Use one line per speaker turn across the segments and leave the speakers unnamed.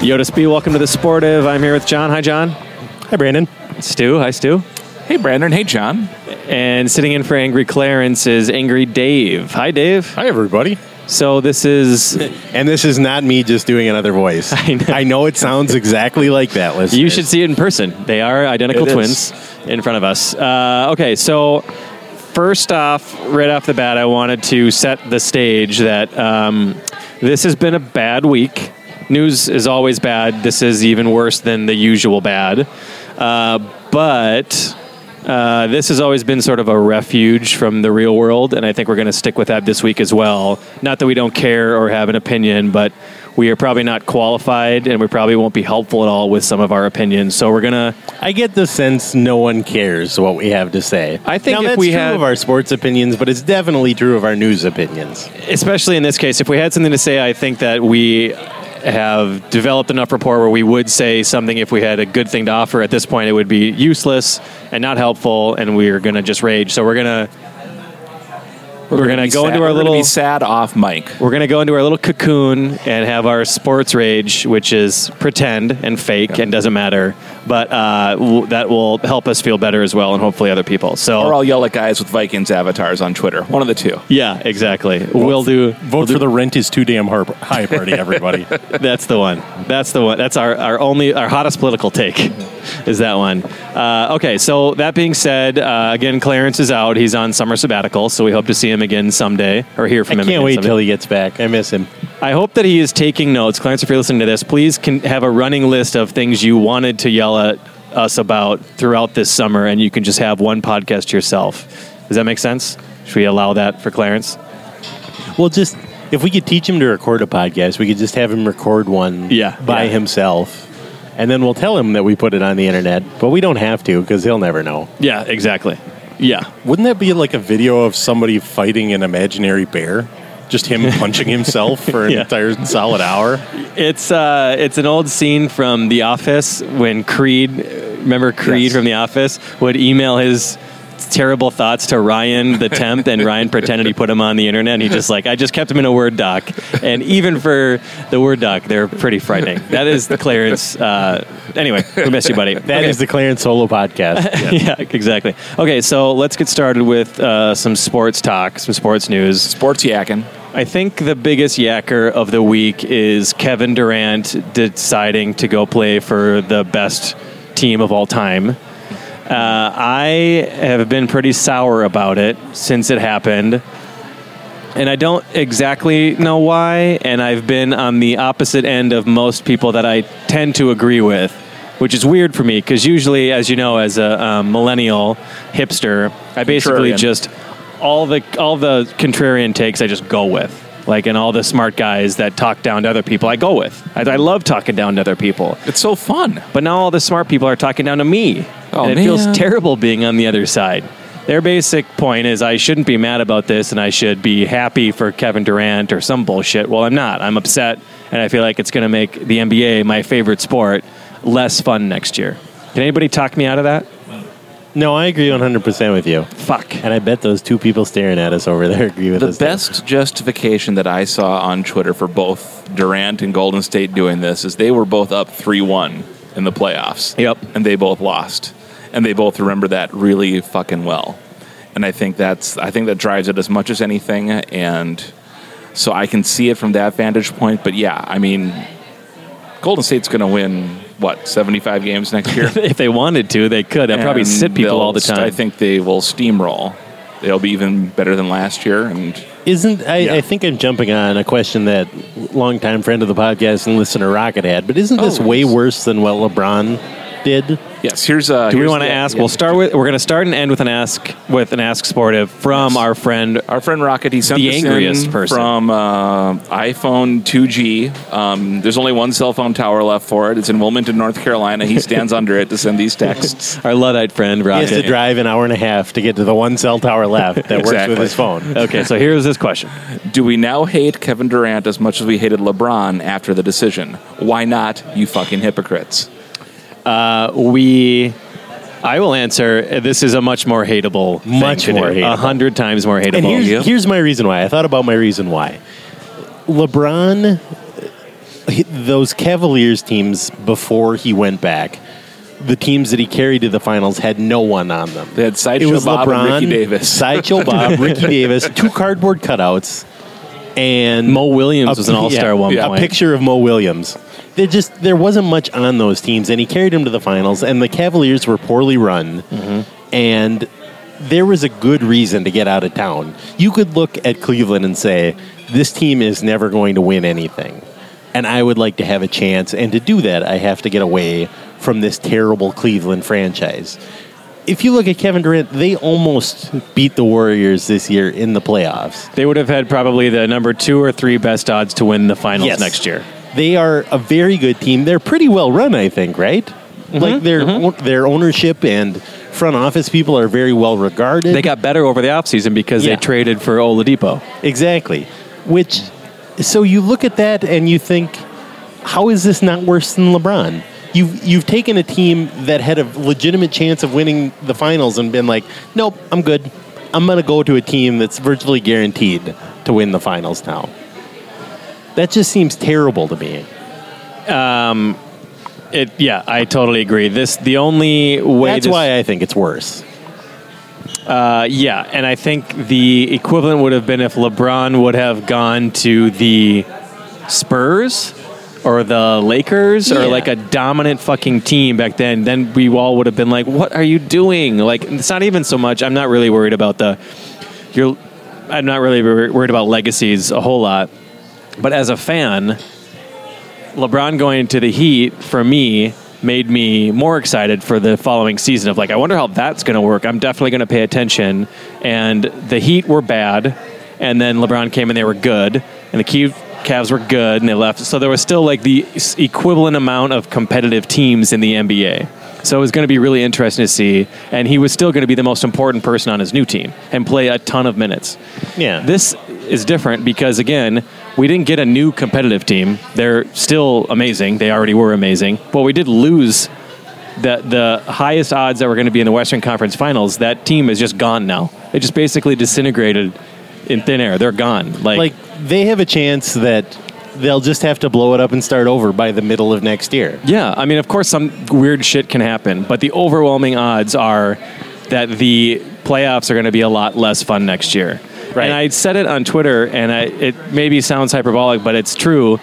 Yoda Spee, welcome to the Sportive. I'm here with John. Hi, John. Hi, Brandon. Stu. Hi, Stu.
Hey, Brandon. Hey, John.
And sitting in for Angry Clarence is Angry Dave. Hi, Dave.
Hi, everybody.
So this is
And this is not me just doing another voice.
I know.
it sounds exactly like that, listeners.
you should see it in person. They are identical
It is.
twins in front of us. Uh, okay, so first off, right off the bat, I wanted to set the stage that um, this has been a bad week. News is always bad. This is even worse than the usual bad. Uh, but uh, this has always been sort of a refuge from the real world, and I think we're going to stick with that this week as well. Not that we don't care or have an opinion, but we are probably not qualified, and we probably won't be helpful at all with some of our opinions. So we're gonna.
I get the sense no one cares what we have to say.
I think
now,
if
that's
we
true
had-
of our sports opinions, but it's definitely true of our news opinions.
especially in this case, if we had something to say, I think that we have developed enough rapport where we would say something if we had a good thing to offer. At this point, it would be useless and not helpful, and we're gonna just rage. So we're gonna we're, gonna,
Be
go
sad-
into our
we're gonna
little
be sad off mic.
we're gonna go into our little cocoon and have our sports rage, which is pretend and fake and doesn't matter, but uh, w- that will help us feel better as well, and hopefully other people. So
Or I'll yell at guys with Vikings avatars on Twitter. One of the two.
yeah, exactly. we'll do.
Vote for the rent is too damn har- high party, everybody.
That's the one. That's the one. That's our, our only, our hottest political take is that one. Uh, okay, so that being said, uh, again, Clarence is out. He's on summer sabbatical, so we hope to see him again someday or hear from
I
him again
can't wait
someday.
till he gets back. I miss him.
I hope that he is taking notes. Clarence, if you're listening to this, please can have a running list of things you wanted to yell at us about throughout this summer, and you can just have one podcast to yourself. Does that make sense? Should we allow that for Clarence?
Well, just if we could teach him to record a podcast, we could just have him record one
Yeah,
by
yeah.
himself. And then we'll tell him that we put it on the internet, but we don't have to because he'll never know.
Yeah, exactly. Yeah.
Wouldn't that be like a video of somebody fighting an imaginary bear? Just him punching himself for an
Yeah.
entire solid hour?
It's uh, it's an old scene from The Office when Creed, remember Creed
Yes.
from The Office, would email his terrible thoughts to Ryan the temp, and Ryan pretended he put him on the internet. And he just like I just kept him in a Word doc, and even for the Word doc, they're pretty frightening. That is the clearance. Uh, anyway, we miss you, buddy.
That is the Clarence Solo podcast.
yeah, exactly. Okay, so let's get started with uh, some sports talk, some sports news.
Sports yakking.
I think the biggest yacker of the week is Kevin Durant deciding to go play for the best team of all time. Uh, I have been pretty sour about it since it happened. And I don't exactly know why. And I've been on the opposite end of most people that I tend to agree with, which is weird for me because usually, as you know, as a um, millennial hipster, I basically
Contrarian.
just all the all the contrarian takes I just go with. Like and all the smart guys that talk down to other people, I go with. I, I love talking down to other people,
It's so fun.
but now all the smart people are talking down to me,
Oh,
and it feels
man.
terrible being on the other side. Their basic point is I shouldn't be mad about this, and I should be happy for Kevin Durant or some bullshit. Well, I'm not. I'm upset, and I feel like it's going to make the NBA, my favorite sport, less fun next year. Can anybody talk me out of that?
No, I agree 100% with you.
Fuck.
And I bet those two people staring at us over there agree with
The
us. too.
best justification that I saw on Twitter for both Durant and Golden State doing this is they were both up 3 1 in the playoffs.
Yep.
And they both lost. And they both remember that really fucking well. And I think that's I think that drives it as much as anything and so I can see it from that vantage point, but yeah, I mean Golden State's going to win what, 75 games next year?
if they wanted to, they could. They'll probably
And
sit people
they'll
all the
st-
time.
I think they will steamroll. They'll be even better than last year and
Isn't I,
Yeah.
I think I'm jumping on a question that longtime friend of the podcast and listener Rocket had, but isn't this
Oh,
way
yes.
worse than what LeBron did?
Yes, here's uh
Do we
here's
want to
the-
ask?
yeah.
We'll start with. We're going to start and end with an ask with an ask sportive from
Yes.
our friend.
Our friend Rocket, he sent
The
this
angriest
in
person.
from uh, iPhone 2G. Um, there's only one cell phone tower left for it. It's in Wilmington, North Carolina. He stands under it to send these texts.
Our luddite friend
He has to
Rocket.
drive an hour and a half to get to the one cell tower left that works
Exactly.
with his phone.
okay, so here's this question.
Do we now hate Kevin Durant as much as we hated LeBron after the decision? Why not, you fucking hypocrites?
We, I will answer. This is a much more hateable, thing
Much
to do.
more hateable.
a hundred times more hateable.
And here's,
Yeah.
here's my reason why. I thought about my reason why. LeBron, he- those Cavaliers teams before he went back, the teams that he carried to the finals had no one on them.
They had Sideshow Bob and Ricky Davis.
Sideshow Bob, Ricky Davis, two cardboard cutouts, and
Mo Williams
a-
was an all star
yeah,
at one
A
point.
picture of Mo Williams. There just there wasn't much on those teams, and he carried them to the finals. And the Cavaliers were poorly run, Mm-hmm. and there was a good reason to get out of town. You could look at Cleveland and say, "This team is never going to win anything," and I would like to have a chance. And to do that, I have to get away from this terrible Cleveland franchise if you look at Kevin Durant, they almost beat the Warriors this year in the playoffs.
They would have had probably the number two or three best odds to win the finals
Yes.
next year.
They are a very good team. They're pretty well run, I think, right?
Mm-hmm.
Like their their ownership and front office people are very well regarded.
They got better over the offseason because
Yeah.
they traded for Oladipo.
exactly. Which so you look at that and you think how is this not worse than LeBron? You've you've taken a team that had a legitimate chance of winning the finals and been like, nope, I'm good. I'm gonna go to a team that's virtually guaranteed to win the finals now. That just seems terrible to me.
It, yeah, I totally agree. This the only way.
that's
this-
why I think it's worse.
Uh, yeah, and I think the equivalent would have been if LeBron would have gone to the Spurs or the Lakers or
Yeah.
like a dominant fucking team back then. Then we all would have been like, "What are you doing?" Like, it's not even so much. I'm not really worried about the. You're, I'm not really wor- worried about legacies a whole lot, but as a fan, LeBron going to the Heat for me made me more excited for the following season of like I wonder how that's going to work. I'm definitely going to pay attention. And the Heat were bad, and then LeBron came and they were good, and the Kev- Cavs were good and they left. So there was still like the s- equivalent amount of competitive teams in the NBA. So it was going to be really interesting to see, and he was still going to be the most important person on his new team and play a ton of minutes.
Yeah.
This is different because again, we didn't get a new competitive team. They're still amazing. They already were amazing. But we did lose the the highest odds that were going to be in the Western Conference Finals. That team is just gone now. They just basically disintegrated in thin air. They're gone. Like,
Like they have a chance that they'll just have to blow it up and start over by the middle of next year.
yeah, I mean, of course some weird shit can happen, but the overwhelming odds are that the playoffs are going to be a lot less fun next year.
Right.
And I said it on Twitter, and I, it maybe sounds hyperbolic, but it's true.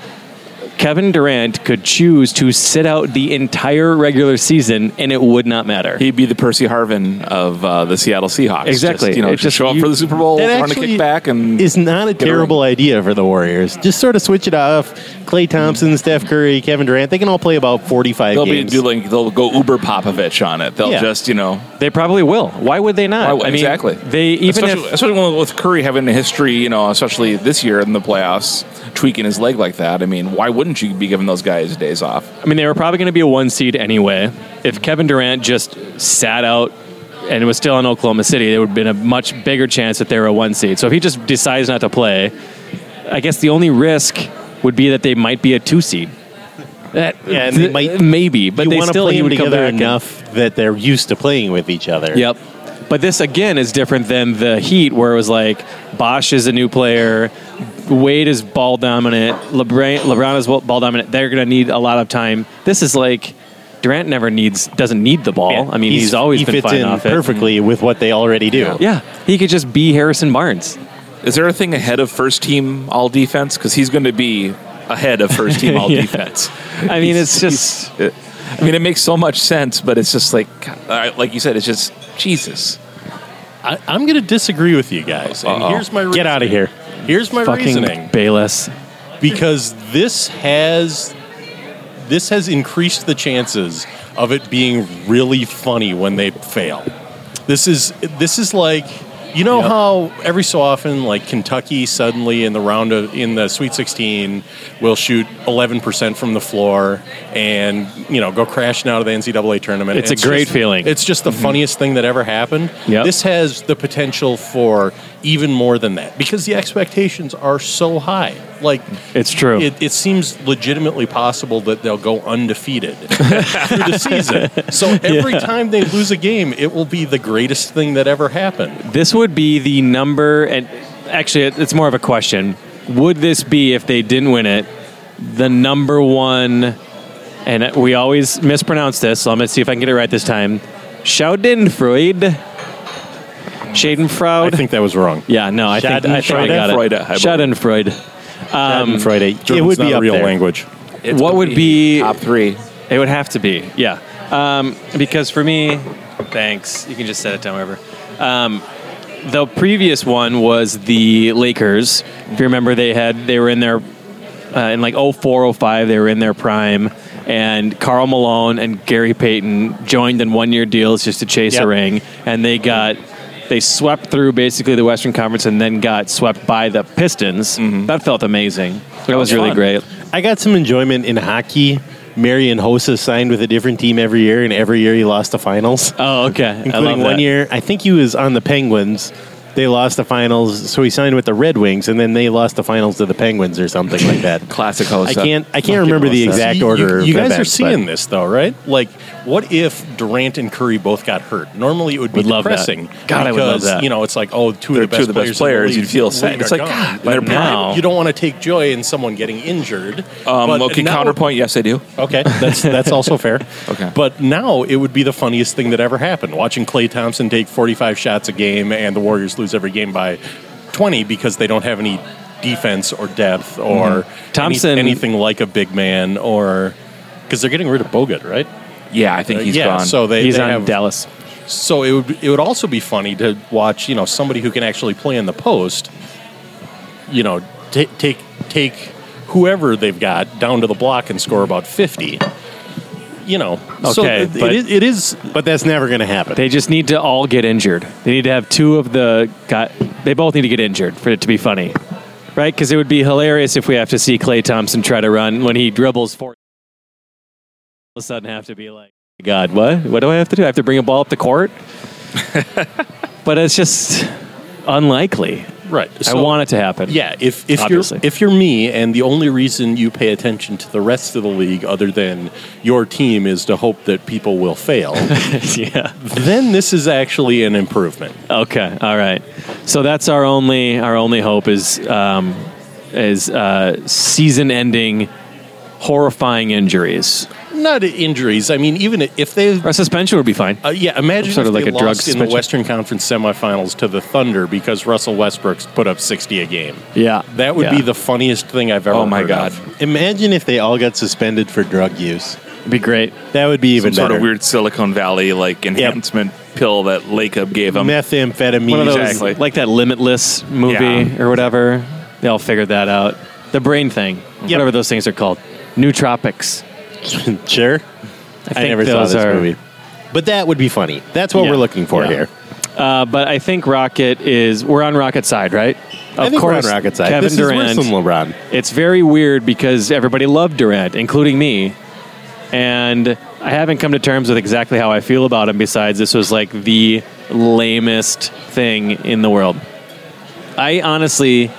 Kevin Durant could choose to sit out the entire regular season, and it would not matter.
He'd be the Percy Harvin of uh, the Seattle Seahawks.
Exactly.
Just, you know,
It
just,
just-
show up
you-
for the Super Bowl,
That
run a
actually
kickback, and
is not a
get ring.
terrible idea for the Warriors. Just sort of switch it off. Clay Thompson, Steph Curry, Kevin Durant, they can all play about 45
They'll
games.
be doing. They'll go Uber Popovich on it. They'll
Yeah.
just you know.
They probably will. Why would they not?
why-
I mean,
exactly.
They even
especially,
if
especially when- with Curry having a history, you know, especially this year in the playoffs, tweaking his leg like that. I mean, why wouldn't you be giving those guys days off?
I mean they were probably going to be a one seed anyway. If Kevin Durant just sat out and was still in Oklahoma City, there would have been a much bigger chance that they were a one seed. So if he just decides not to play, I guess the only risk would be that they might be a two seed. That,
Yeah, and they might-
maybe, but
you
they
want to
still
play
he
them
would come
together
back and-
enough that they're used to playing with each other.
Yep. But this again is different than the Heat, where it was like Bosch is a new player, Wade is ball dominant, LeBron, LeBron is ball dominant. They're going to need a lot of time. This is like Durant never needs doesn't need the ball.
Yeah.
I mean, he's, always
he
been
fits
fine
in
off it.
perfectly with what they already do.
Yeah, he could just be Harrison Barnes.
Is there a thing ahead of first team all defense? Because he's going to be ahead of first team all
Yeah.
defense.
I mean,
He's-
it's just
he's- I mean, it makes so much sense, but it's just like, I- like you said, it's just Jesus.
I, I'm going to disagree with you guys. And
Uh-oh.
here's my
Get out of here.
Here's my
fucking
reasoning.
Bayless.
because this has this has increased the chances of it being really funny when they fail. This is this is like you know how every so often like Kentucky suddenly in the round of in the Sweet 16 will shoot 11% from the floor and you know go crashing out of the NCAA tournament.
It's a great
just-
feeling. Mm-hmm.
It's just the funniest thing that ever happened.
Yep.
This has the potential for even more than that because the expectations are so high. Like
It's true.
it, it seems legitimately possible that they'll go undefeated through the season. So every time they lose a game, it will be the greatest thing that ever happened.
This would be the number, and actually, it- it's more of a question. Would this be, if they didn't win it, the number one, and we always mispronounce this, so I'm going to see if I can get it right this time. Schadenfreude?
I
Schadenfreude?
think that was wrong.
yeah, no, I think, I think I got it.
Schadenfreude, I believe.
Schadenfreude. Um,
Friday. it
German's
would
not
be
a
up
real
there.
language.
It's
What
gonna
would be-
top three?
It would have to be, yeah. Um, because for me, thanks. You can just set it down wherever. Um, the previous one was the Lakers. If you remember, they had they were in their uh, in like 04, 05, They were in their prime, and Carl Malone and Gary Payton joined in one year deals just to chase a
Yep.
ring, and they got. They swept through basically the Western Conference and then got swept by the Pistons. That felt amazing. That was really
fun.
great.
I got some enjoyment in hockey. Marion Hossa signed with a different team every year, and every year he lost the finals,
Oh, okay. I love
including
that.
one year. I think he was on the Penguins. They lost the finals, so he signed with the Red Wings, and then they lost the finals to the Penguins or something like that.
Classic host.
I can't. I can't remember the exact
You-
order.
You,
of
you guys are
events, but-
seeing this though, right? Like, what if Durant and Curry both got hurt? Normally, it would be
Would love that.
depressing.
God, I would love
because,
that.
You know, it's like oh, two
They're
of the best
two of the
players.
best
in
players.
league-
You'd feel sad.
league
It's
are
like,
gone.
God,
But
they're
now
prime.
you don't want to take joy in someone getting injured.
Um,
but
okay,
now-
counterpoint. Yes, I do.
Okay, that's that's also fair.
Okay.
but now it would be the funniest thing that ever happened. Watching Clay Thompson take forty-five shots a game and the Warriors lose every game by twenty because they don't have any defense or depth or any-
Thompson-
anything like a big man or because they're getting rid of Bogut, right?
Yeah, I think he's
yeah,
gone.
so they
He's
they
on
have-
Dallas.
So it would be- it would also be funny to watch you know somebody who can actually play in the post, you know, ta take take whoever they've got down to the block and score about fifty. You know, so
Okay,
it-
but-
it, is, it is.
But that's never going to happen.
They just need to all get injured. They need to have two of the got. They both need to get injured for it to be funny, right? Because it would be hilarious if we have to see Clay Thompson try to run when he dribbles four. All of a sudden, have to be like, "Oh God, what? What do I have to do? I have to bring a ball up the court. but it's just unlikely.
Right. So,
I want it to happen.
Yeah, if if
Obviously.
you're if you're me, and the only reason you pay attention to the rest of the league other than your team is to hope that people will fail,
yeah.
then this is actually an improvement.
Okay, all right. So that's our only our only hope is um, is uh, season ending horrifying injuries.
Not injuries. I mean, even if they
Our suspension would be fine.
Uh, yeah, imagine
Sort
if
of like
they
a drug
lost in the
suspension.
Western Conference semifinals to the Thunder because Russell Westbrook's put up 60 a game.
Yeah.
That would
Yeah.
be the funniest thing I've ever
Oh, my
heard
God.
of.
Imagine if they all got suspended for drug use.
It'd be great.
That would be even
Some sort
better.
of weird Silicon Valley like enhancement pill that Lakeup gave him.
Methamphetamine.
um, One of those
Exactly.
like that Limitless movie
Yeah.
or whatever. They all figured that out. The brain thing, whatever those things are called, nootropics.
sure.
I,
I,
think
never saw
those
this
are-
movie. But that would be funny. That's what
Yeah.
we're looking for
Yeah.
here.
Uh, but I think Rocket is we're on Rocket side, right? Of
I think we're on Rocket side.
Kevin
this
Durant.
is worse than LeBron.
It's very weird because everybody loved Durant, including me. And I haven't come to terms with exactly how I feel about him, besides, this was like the lamest thing in the world. I honestly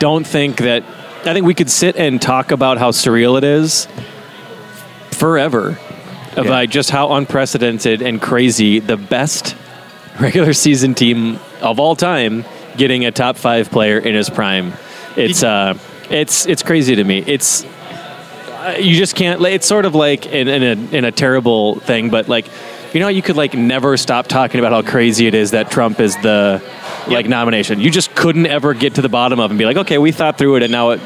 don't think that. I think we could sit and talk about how surreal it is forever, about just how unprecedented and crazy the best regular season team of all time getting a top five player in his prime. It's uh, it's it's crazy to me. It's uh, you just can't. It's sort of like in, in a in a terrible thing, but like you know, how you could like never stop talking about how crazy it is that Trump is the like nomination. You just couldn't ever get to the bottom of it and be like, okay, we thought through it and now it,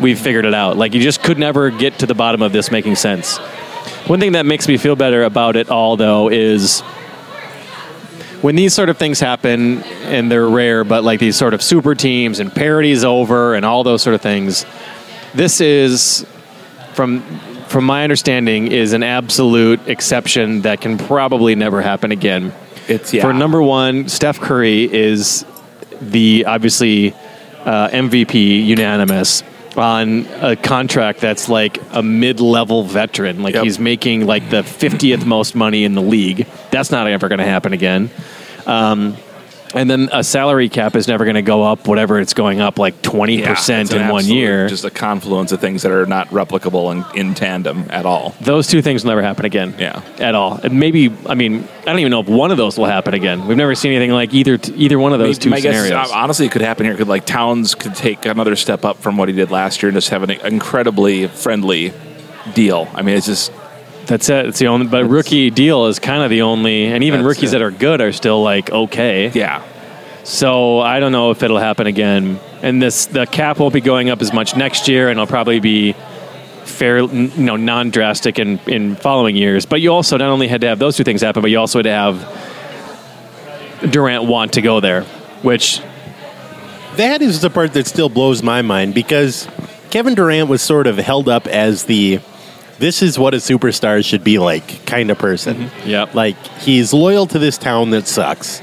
we've figured it out. Like you just could never get to the bottom of this making sense. One thing that makes me feel better about it all, though, is when these sort of things happen, and they're rare, but like these sort of super teams and parodies over and all those sort of things, this is from from my understanding is an absolute exception that can probably never happen again.
It's yeah.
For number one, Steph Curry is the obviously uh, MVP unanimous on a contract that's like a mid-level veteran. Like
Yep.
he's making like the 50th most money in the league. That's not ever going to happen again. Um, and then a salary cap is never going to go up whatever it's going up like 20%
Yeah, it's
in
an
one
absolute-
year.
Just a confluence of things that are not replicable and in tandem at all.
those two things will never happen again.
Yeah.
At all. And maybe I mean, I don't even know if one of those will happen again. We've never seen anything like either either one of those two
My guess is,
scenarios.
uh, honestly, it could happen here. Could like Towns could take another step up from what he did last year and just have an incredibly friendly deal. I mean, it's just
That's it. It's the only. But rookie deal is kind of the only, and even
That's
rookies
it.
that are good are still like okay.
yeah,
So I don't know if it'll happen again. And this the cap won't be going up as much next year, and it'll probably be fair, n- you know, non drastic in in following years. But you also not only had to have those two things happen, but you also had to have Durant want to go there, which
That is the part that still blows my mind because Kevin Durant was sort of held up as the this is what a superstar should be like kind of person.
Yep.
Like he's loyal to this town that sucks.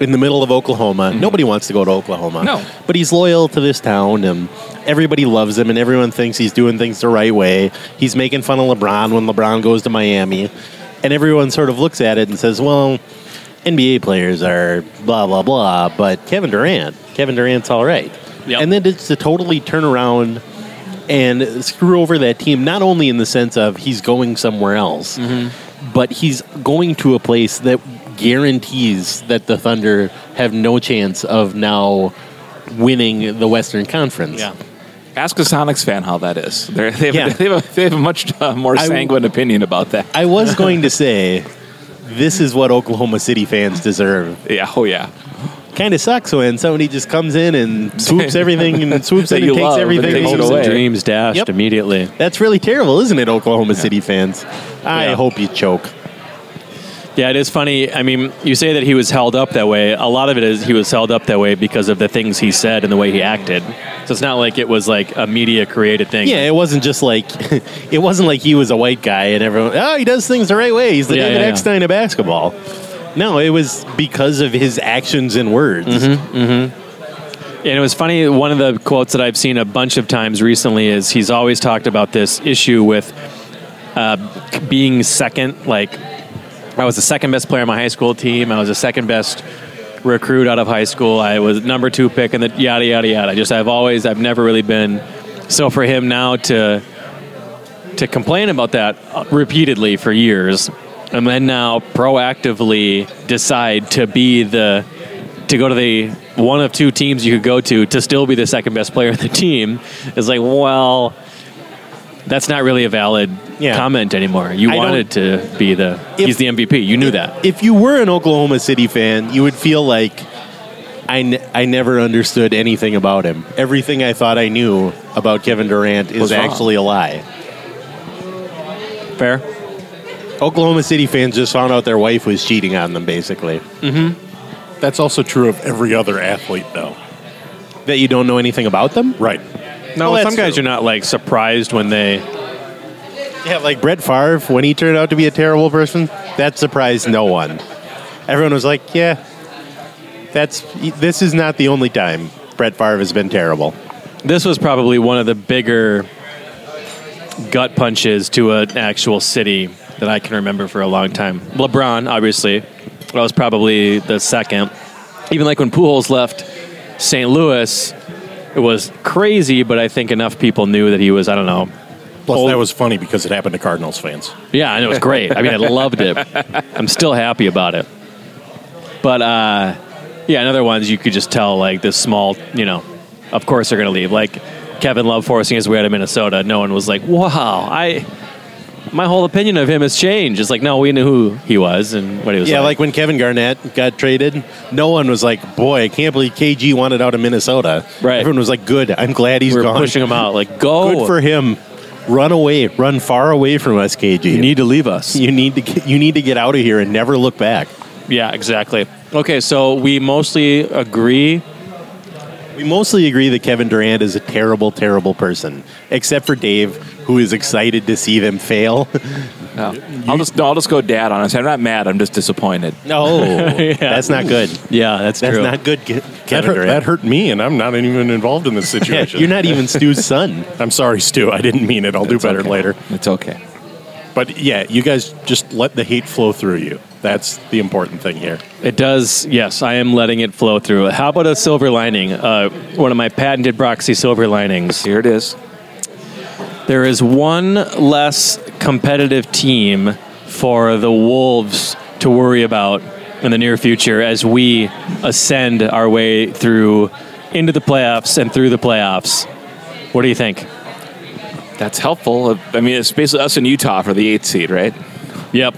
In the middle of Oklahoma, nobody wants to go to Oklahoma.
No.
but he's loyal to this town, and everybody loves him, and everyone thinks he's doing things the right way. He's making fun of LeBron when LeBron goes to Miami, and everyone sort of looks at it and says, "Well, NBA players are blah blah blah, but Kevin Durant, Kevin Durant's all right.
Yep.
And then it's to totally turn around and screw over that team, not only in the sense of he's going somewhere else, but he's going to a place that guarantees that the Thunder have no chance of now winning the Western Conference.
ask a Sonics fan how that is. They're, they, have,
Yeah.
they, have a, they have a much uh, more
I-
sanguine opinion about that.
I was going to say, this is what Oklahoma City fans deserve.
yeah, oh yeah.
Kind of sucks when somebody just comes in and swoops everything and swoops
That
in
you
and takes
love and
everything
takes
home.
it
hopes and
away.
dreams dashed
Yep.
immediately.
That's really terrible, isn't it, Oklahoma City fans? I
Yeah.
hope you choke.
Yeah, it is funny. I mean, you say that he was held up that way. A lot of it is he was held up that way because of the things he said and the way he acted. So it's not like it was like a media created thing.
Yeah, it wasn't just like it wasn't like he was a white guy and everyone. Oh, he does things the right way. He's the
Yeah,
David
yeah, yeah.
Eckstein of basketball. No, it was because of his actions and words.
Mm-hmm.
And it was funny. One of the quotes that I've seen a bunch of times recently is he's always talked about this issue with uh, being second. Like, I was the second best player on my high school team. I was the second best recruit out of high school. I was number two pick, and the yada yada yada. Just I've always, I've never really been. So for him now to to complain about that repeatedly for years, and then now proactively decide to be the to go to the one of two teams you could go to to still be the second best player on the team is like, well, that's not really a valid
Yeah.
comment anymore. You
I
wanted to be the
If-
he's the MVP. You knew that.
If you were an Oklahoma City fan, you would feel like I, ne- I never understood anything about him. Everything I thought I knew about Kevin Durant is
Was wrong.
actually a lie.
Fair.
Oklahoma City fans just found out their wife was cheating on them, basically.
Mm-hmm. That's also true of every other athlete, though.
That you don't know anything about them?
Right.
No,
Well,
some
that's
guys
true.
are not like surprised when they.
Yeah, like Brett Favre, when he turned out to be a terrible person, that surprised no one. Everyone was like, "Yeah, that's this is not the only time Brett Favre has been terrible."
This was probably one of the bigger gut punches to an actual city that I can remember for a long time. LeBron, obviously, that was probably the second. Even like when Pujols left St. Louis, it was crazy, but I think enough people knew that he was. I don't know.
Plus, that was funny because it happened to Cardinals fans.
Yeah, and it was great. I mean, I loved it. I'm still happy about it. But uh, yeah, and other ones you could just tell like this small, you know, of course they're going to leave. Like Kevin Love forcing his way out of Minnesota, no one was like, "Wow, I." My whole opinion of him has changed. It's like, no, we knew who he was and what he was
Yeah,
like.
like when Kevin Garnett got traded, no one was like, "Boy, I can't believe KG wanted out of Minnesota."
Right.
Everyone was like, "Good, I'm glad he's
we were
gone."
pushing him out. Oh. Like, go.
Good for him. Run away, run far away from us, KG.
You need to leave us.
you need to get, you need to get out of here and never look back.
Yeah, exactly. Okay, so we mostly agree.
We mostly agree that Kevin Durant is a terrible, terrible person, except for Dave, who is excited to see them fail.
I'll just no, I'll just go dad on us. I'm not mad. I'm just disappointed.
No, that's not good.
Yeah, that's,
That's
true.
not good, Ke-
That
Kevin
hurt,
Durant.
that hurt me, and I'm not even involved in this
Yeah,
situation.
you're not even Stu's son.
I'm sorry, Stu. I didn't mean it. I'll
It's
do better
okay.
later.
It's okay.
But yeah, you guys just let the hate flow through you. That's the important thing here.
It does. Yes, I am letting it flow through. How about a silver lining? Uh, one of my patented Broxy silver linings.
Here it is.
There is one less competitive team for the Wolves to worry about in the near future as we ascend our way through into the playoffs and through the playoffs. What do you think?
That's helpful. I mean, it's basically us and Utah for the eighth seed, right?
Yep.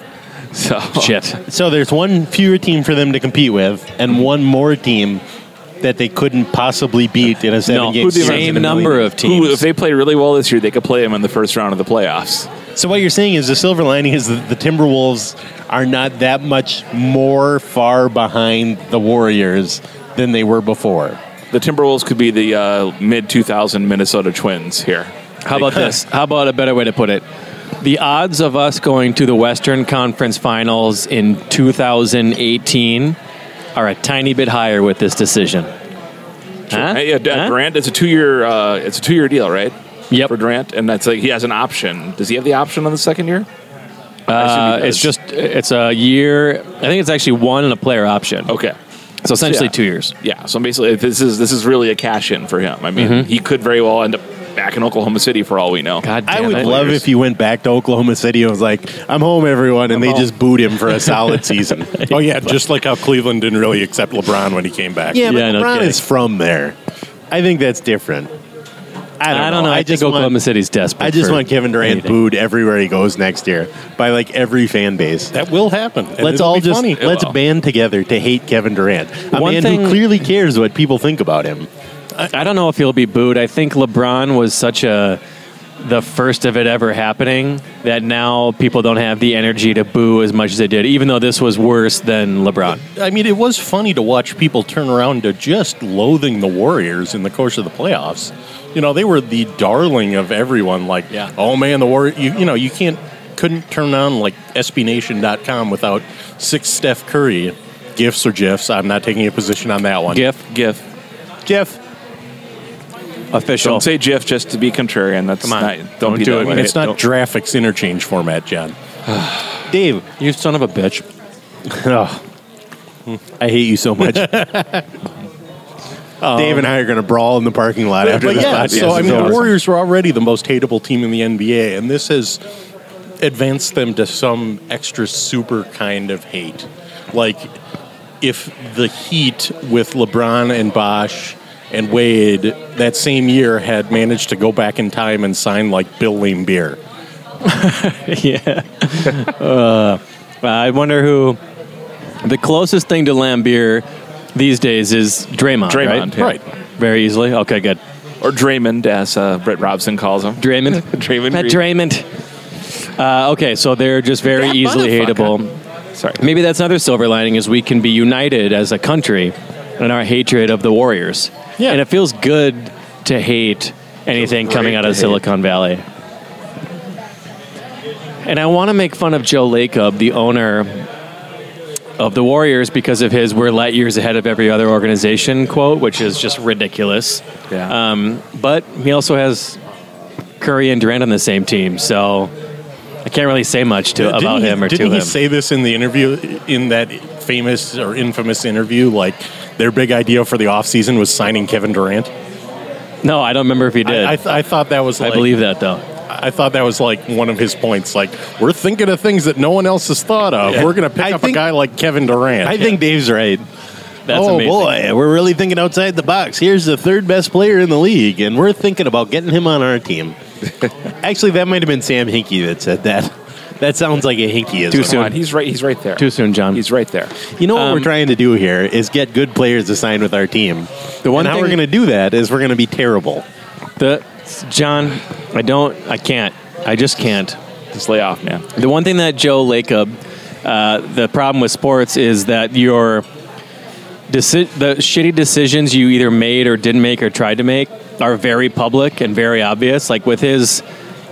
So
Shit.
So there's one fewer team for them to compete with, and one more team that they couldn't possibly beat in a seven
No,
game series
same
in a million
number
years.
of teams.
Who, if they play really well this year, they could play them in the first round of the playoffs.
So what you're saying is the silver lining is that the Timberwolves are not that much more far behind the Warriors than they were before.
The Timberwolves could be the uh, mid 2000 Minnesota Twins here.
How about this? How about a better way to put it? The odds of us going to the Western Conference Finals in 2018 are a tiny bit higher with this decision. Huh?
Hey, yeah, D-
Huh?
Durant. It's a two-year. Uh, it's a two-year deal, right?
Yep.
For Durant, and that's like he has an option. Does he have the option on the second year? I
Uh,
assume he
it's
does.
just it's a year. I think it's actually one and a player option.
okay.
So essentially
Oh, Yeah.
two years.
Yeah. So basically, this is this is really a cash-in for him. I mean, he could very well end up back in Oklahoma City for all we know.
God damn
I would
it.
love if you went back to Oklahoma City and was like, "I'm home, everyone," and they
home.
just booed him for a solid season.
Oh yeah, just like how Cleveland didn't really accept LeBron when he came back.
Yeah, but
Yeah, no
LeBron
kidding.
is from there. I think that's different. I don't,
I don't know. I,
just
think Oklahoma
want,
City's desperate.
I just
for
want Kevin Durant
anything.
booed everywhere he goes next year by like every fan base.
that will happen. and
let's
it'll
all
be
just
funny.
let's
will.
band together to hate Kevin Durant, a
One
man
thing-
who clearly cares what people think about him.
I don't know if he'll be booed. I think LeBron was such a the first of it ever happening that now people don't have the energy to boo as much as they did, even though this was worse than LeBron.
I mean, it was funny to watch people turn around to just loathing the Warriors in the course of the playoffs. You know, they were the darling of everyone. Like,
Yeah.
oh man, the Warrior. You, you know, you can't couldn't turn on like SBNation.com without six Steph Curry gifs or gifs. I'm not taking a position on that one.
GIF
Gif.
Jeff,
official.
Don't say Jif just to be contrarian. That's
Come on.
Not, don't,
Don't
be
do
that
I mean,
way.
it's not
Don't-
graphics interchange format, John.
Dave,
you son of a bitch.
ugh, I hate you so much. Dave and I are going to brawl in the parking lot after
But
this
yeah,
podcast.
so I
is
mean,
over.
the Warriors were already the most hateable team in the NBA, and this has advanced them to some extra super kind of hate. Like, if the Heat with LeBron and Bosch and Wade that same year had managed to go back in time and sign like Bill Laimbeer.
yeah. uh, I wonder who the closest thing to Lambeer these days is Draymond.
Draymond,
right?
yeah.
Very easily. Okay, good.
or Draymond, as uh, Brett Robson calls him.
Draymond.
Draymond
Matt
Green.
Draymond. Uh, okay, so they're just very
That
easily
motherfucker.
hateable.
Sorry.
Maybe that's another silver lining is we can be united as a country in our hatred of the Warriors.
Yeah.
And it feels good to hate anything
Feels
coming
great
out of
to hate.
Silicon Valley. And I want to make fun of Joe Lacob, the owner of the Warriors, because of his we're light years ahead of every other organization quote, which is just ridiculous.
Yeah.
Um, but he also has Curry and Durant on the same team, so I can't really say much to
Didn't
about
he-
him or
didn't
to
he
him.
say this in the interview in that famous or infamous interview? Like, their big idea for the offseason was signing Kevin Durant.
no, I don't remember if he did.
I, I, th- I thought that was.
I
Like,
believe that though.
I thought that was like one of his points. Like, we're thinking of things that no one else has thought of. We're going to pick
I
up
think-
a guy like Kevin Durant.
I think Dave's right.
That's
oh
amazing.
boy, we're really thinking outside the box. Here's the third best player in the league, and we're thinking about getting him on our team. Actually, that might have been Sam Hinkie that said that. That sounds like a Hinkie.
Too soon. He's right. He's right there.
Too soon, John.
He's right there.
You know what
Um,
we're trying to do here is get good players to sign with our team.
The one
and how
thing-
we're going to do that is we're going to be terrible.
The John, I don't, I can't, I just can't.
Just lay off, man.
The one thing that Joe Lacob, uh, the problem with sports is that your deci- the shitty decisions you either made or didn't make or tried to make are very public and very obvious. Like with his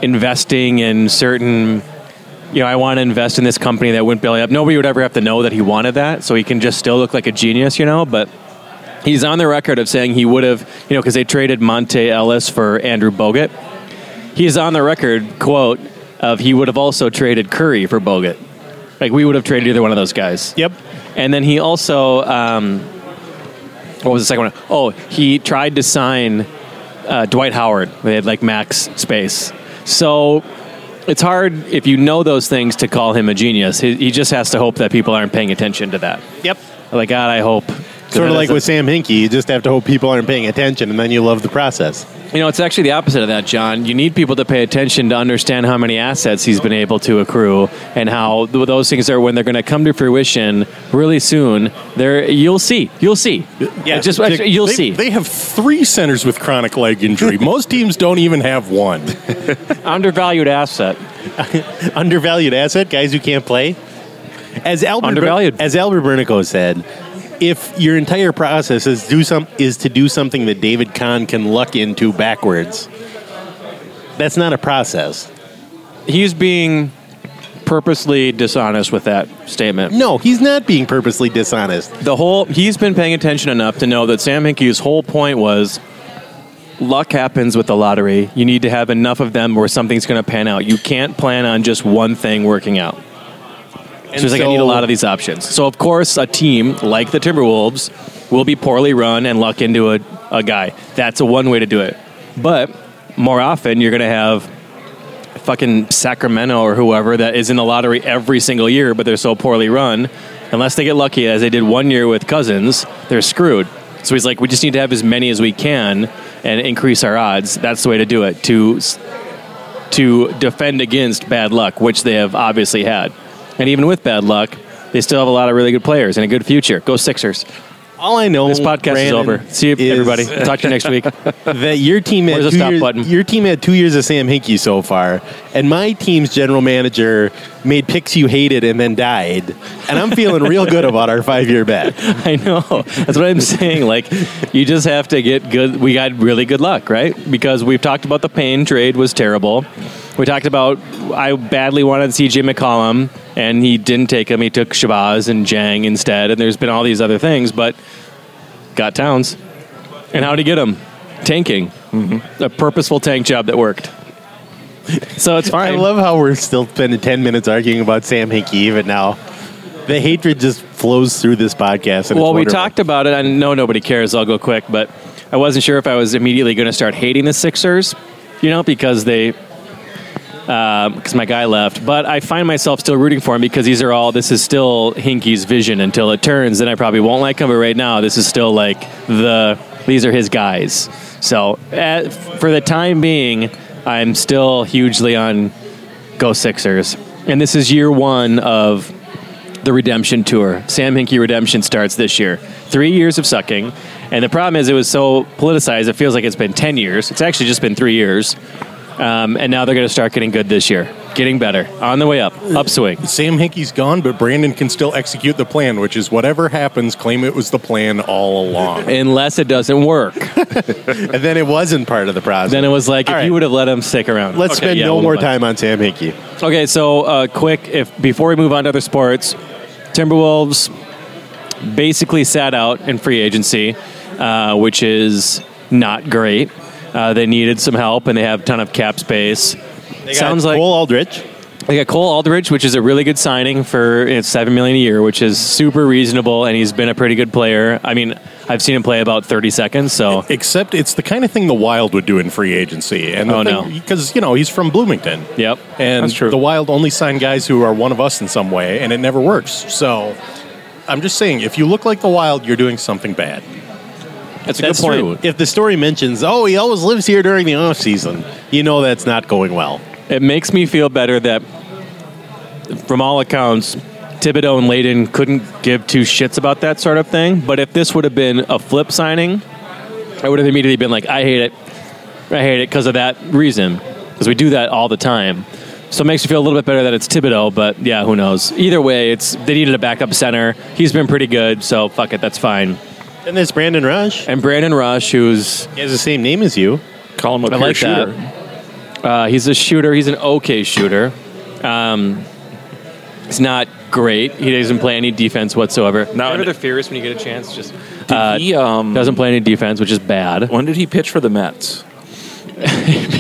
investing in certain, you know, I want to invest in this company that went belly up. Nobody would ever have to know that he wanted that, so he can just still look like a genius, you know. But he's on the record of saying he would have, you know, because they traded Monte Ellis for Andrew Bogut. He's on the record, quote, of he would have also traded Curry for Bogut. Like we would have traded either one of those guys.
Yep.
And then he also, um, what was the second one? Oh, he tried to sign uh, Dwight Howard. They had like max space. So it's hard if you know those things to call him a genius. He, he just has to hope that people aren't paying attention to that.
Yep.
Like God, I hope.
Sort of like
with.
with Sam Hinkie, you just have to hope people aren't paying attention, and then you love the process.
You know, it's actually the opposite of that, John. You need people to pay attention to understand how many assets he's been able to accrue and how th- those things are when they're going to come to fruition really soon. There, you'll see. You'll see.
Yeah.
just actually, you'll
they,
see.
They have three centers with chronic leg injury. Most teams don't even have one.
Undervalued asset.
undervalued asset, guys who can't play. As Albert
Undervalued.
as Albert Bernico said, if your entire process is do some is to do something that David Kahn can luck into backwards, that's not a process.
He's being purposely dishonest with that statement.
No, he's not being purposely dishonest.
the whole he's been paying attention enough to know that Sam Hinkie's whole point was luck happens with the lottery. You need to have enough of them where something's going to pan out. You can't plan on just one thing working out. so he's like, I need a lot of these options. So of course, a team like the Timberwolves will be poorly run and luck into a, a guy. That's a one way to do it. But more often, you're going to have fucking Sacramento or whoever that is in the lottery every single year, but they're so poorly run. Unless they get lucky, as they did one year with Cousins, they're screwed. So he's like, we just need to have as many as we can and increase our odds. That's the way to do it to to defend against bad luck, which they have obviously had. And even with bad luck, they still have a lot of really good players and a good future. Go Sixers!
All I know
This podcast is
Brandon,
over. See you,
is
everybody. Talk to you next week.
that your team had
Where's the
two
stop
years,
button?
your team had two years of Sam Hinkie so far, and my team's general manager made picks you hated and then died, and I'm feeling real good about our five year bet.
I know. That's what I'm saying. Like, you just have to get good. We got really good luck, right? Because we've talked about the pain trade was terrible. We talked about I badly wanted CJ McCollum, and he didn't take him. He took Shabazz and Jang instead, and there's been all these other things, but got Towns. And how'd he get him? Tanking. A purposeful tank job that worked. Mm-hmm. So it's
I
fine.
love how we're still spending 10 minutes arguing about Sam Hinkie even now. The hatred just flows through this podcast. And
well,
it's
we
wonderful.
talked about it. I know nobody cares. I'll go quick, but I wasn't sure if I was immediately going to start hating the Sixers, you know, because they, because my guy left. But I find myself still rooting for him because these are all. This is still Hinkie's vision until it turns. Then I probably won't like him. But right now, this is still like the. These are his guys. So at, for the time being, I'm still hugely on Go Sixers. And this is year one of the redemption tour. Sam Hinkie redemption starts this year. Three years of sucking. And the problem is, it was so politicized, it feels like it's been 10 years. It's actually just been three years. Um, and now they're going to start getting good this year, getting better, on the way up, upswing.
Sam Hinkie's gone, but Brandon can still execute the plan, which is whatever happens, claim it was the plan all along.
Unless it doesn't work.
And then it wasn't part of the process.
Then it was like, if
All right.
you would have let him stick around.
Let's
Okay,
spend
yeah,
no
we'll
more
move on.
time on Sam Hinkie.
Okay, so uh, quick, if before we move on to other sports, Timberwolves basically sat out in free agency, uh, which is not great. Uh, they needed some help, and they have a ton of cap space. Sounds like
Cole Aldrich.
they got Cole Aldridge, which is a really good signing for it's seven million a year, which is super reasonable, and he's been a pretty good player. I mean, I've seen him play about thirty seconds, so
Except it's the kind of thing the Wild would do in free agency. And
Oh,
the
no.
Because, you know, he's from Bloomington.
Yep,
And
that's true.
the Wild only sign guys who are one of us in some way, and it never works. So I'm just saying, if you look like the Wild, you're doing something bad.
That's a
That's
good point.
true. If the story mentions, oh, he always lives here during the off season, you know that's not going well.
It makes me feel better that, from all accounts, Thibodeau and Layden couldn't give two shits about that sort of thing. But if this would have been a flip signing, I would have immediately been like, I hate it. I hate it because of that reason. Because we do that all the time. So it makes me feel a little bit better that it's Thibodeau, but yeah, who knows? Either way, it's they needed a backup center. He's been pretty good, so fuck it, that's fine.
And there's Brandon Rush.
And Brandon Rush, who's
He has the same name as you.
Call him a
I
pure
like
shooter.
that. Uh, he's a shooter. He's an okay shooter. Um, he's not great. He doesn't play any defense whatsoever.
No,
Whenever
and-
they're furious when you get a chance, just
Did
uh,
he, um,
doesn't play any defense, which is bad.
When did he pitch for the Mets?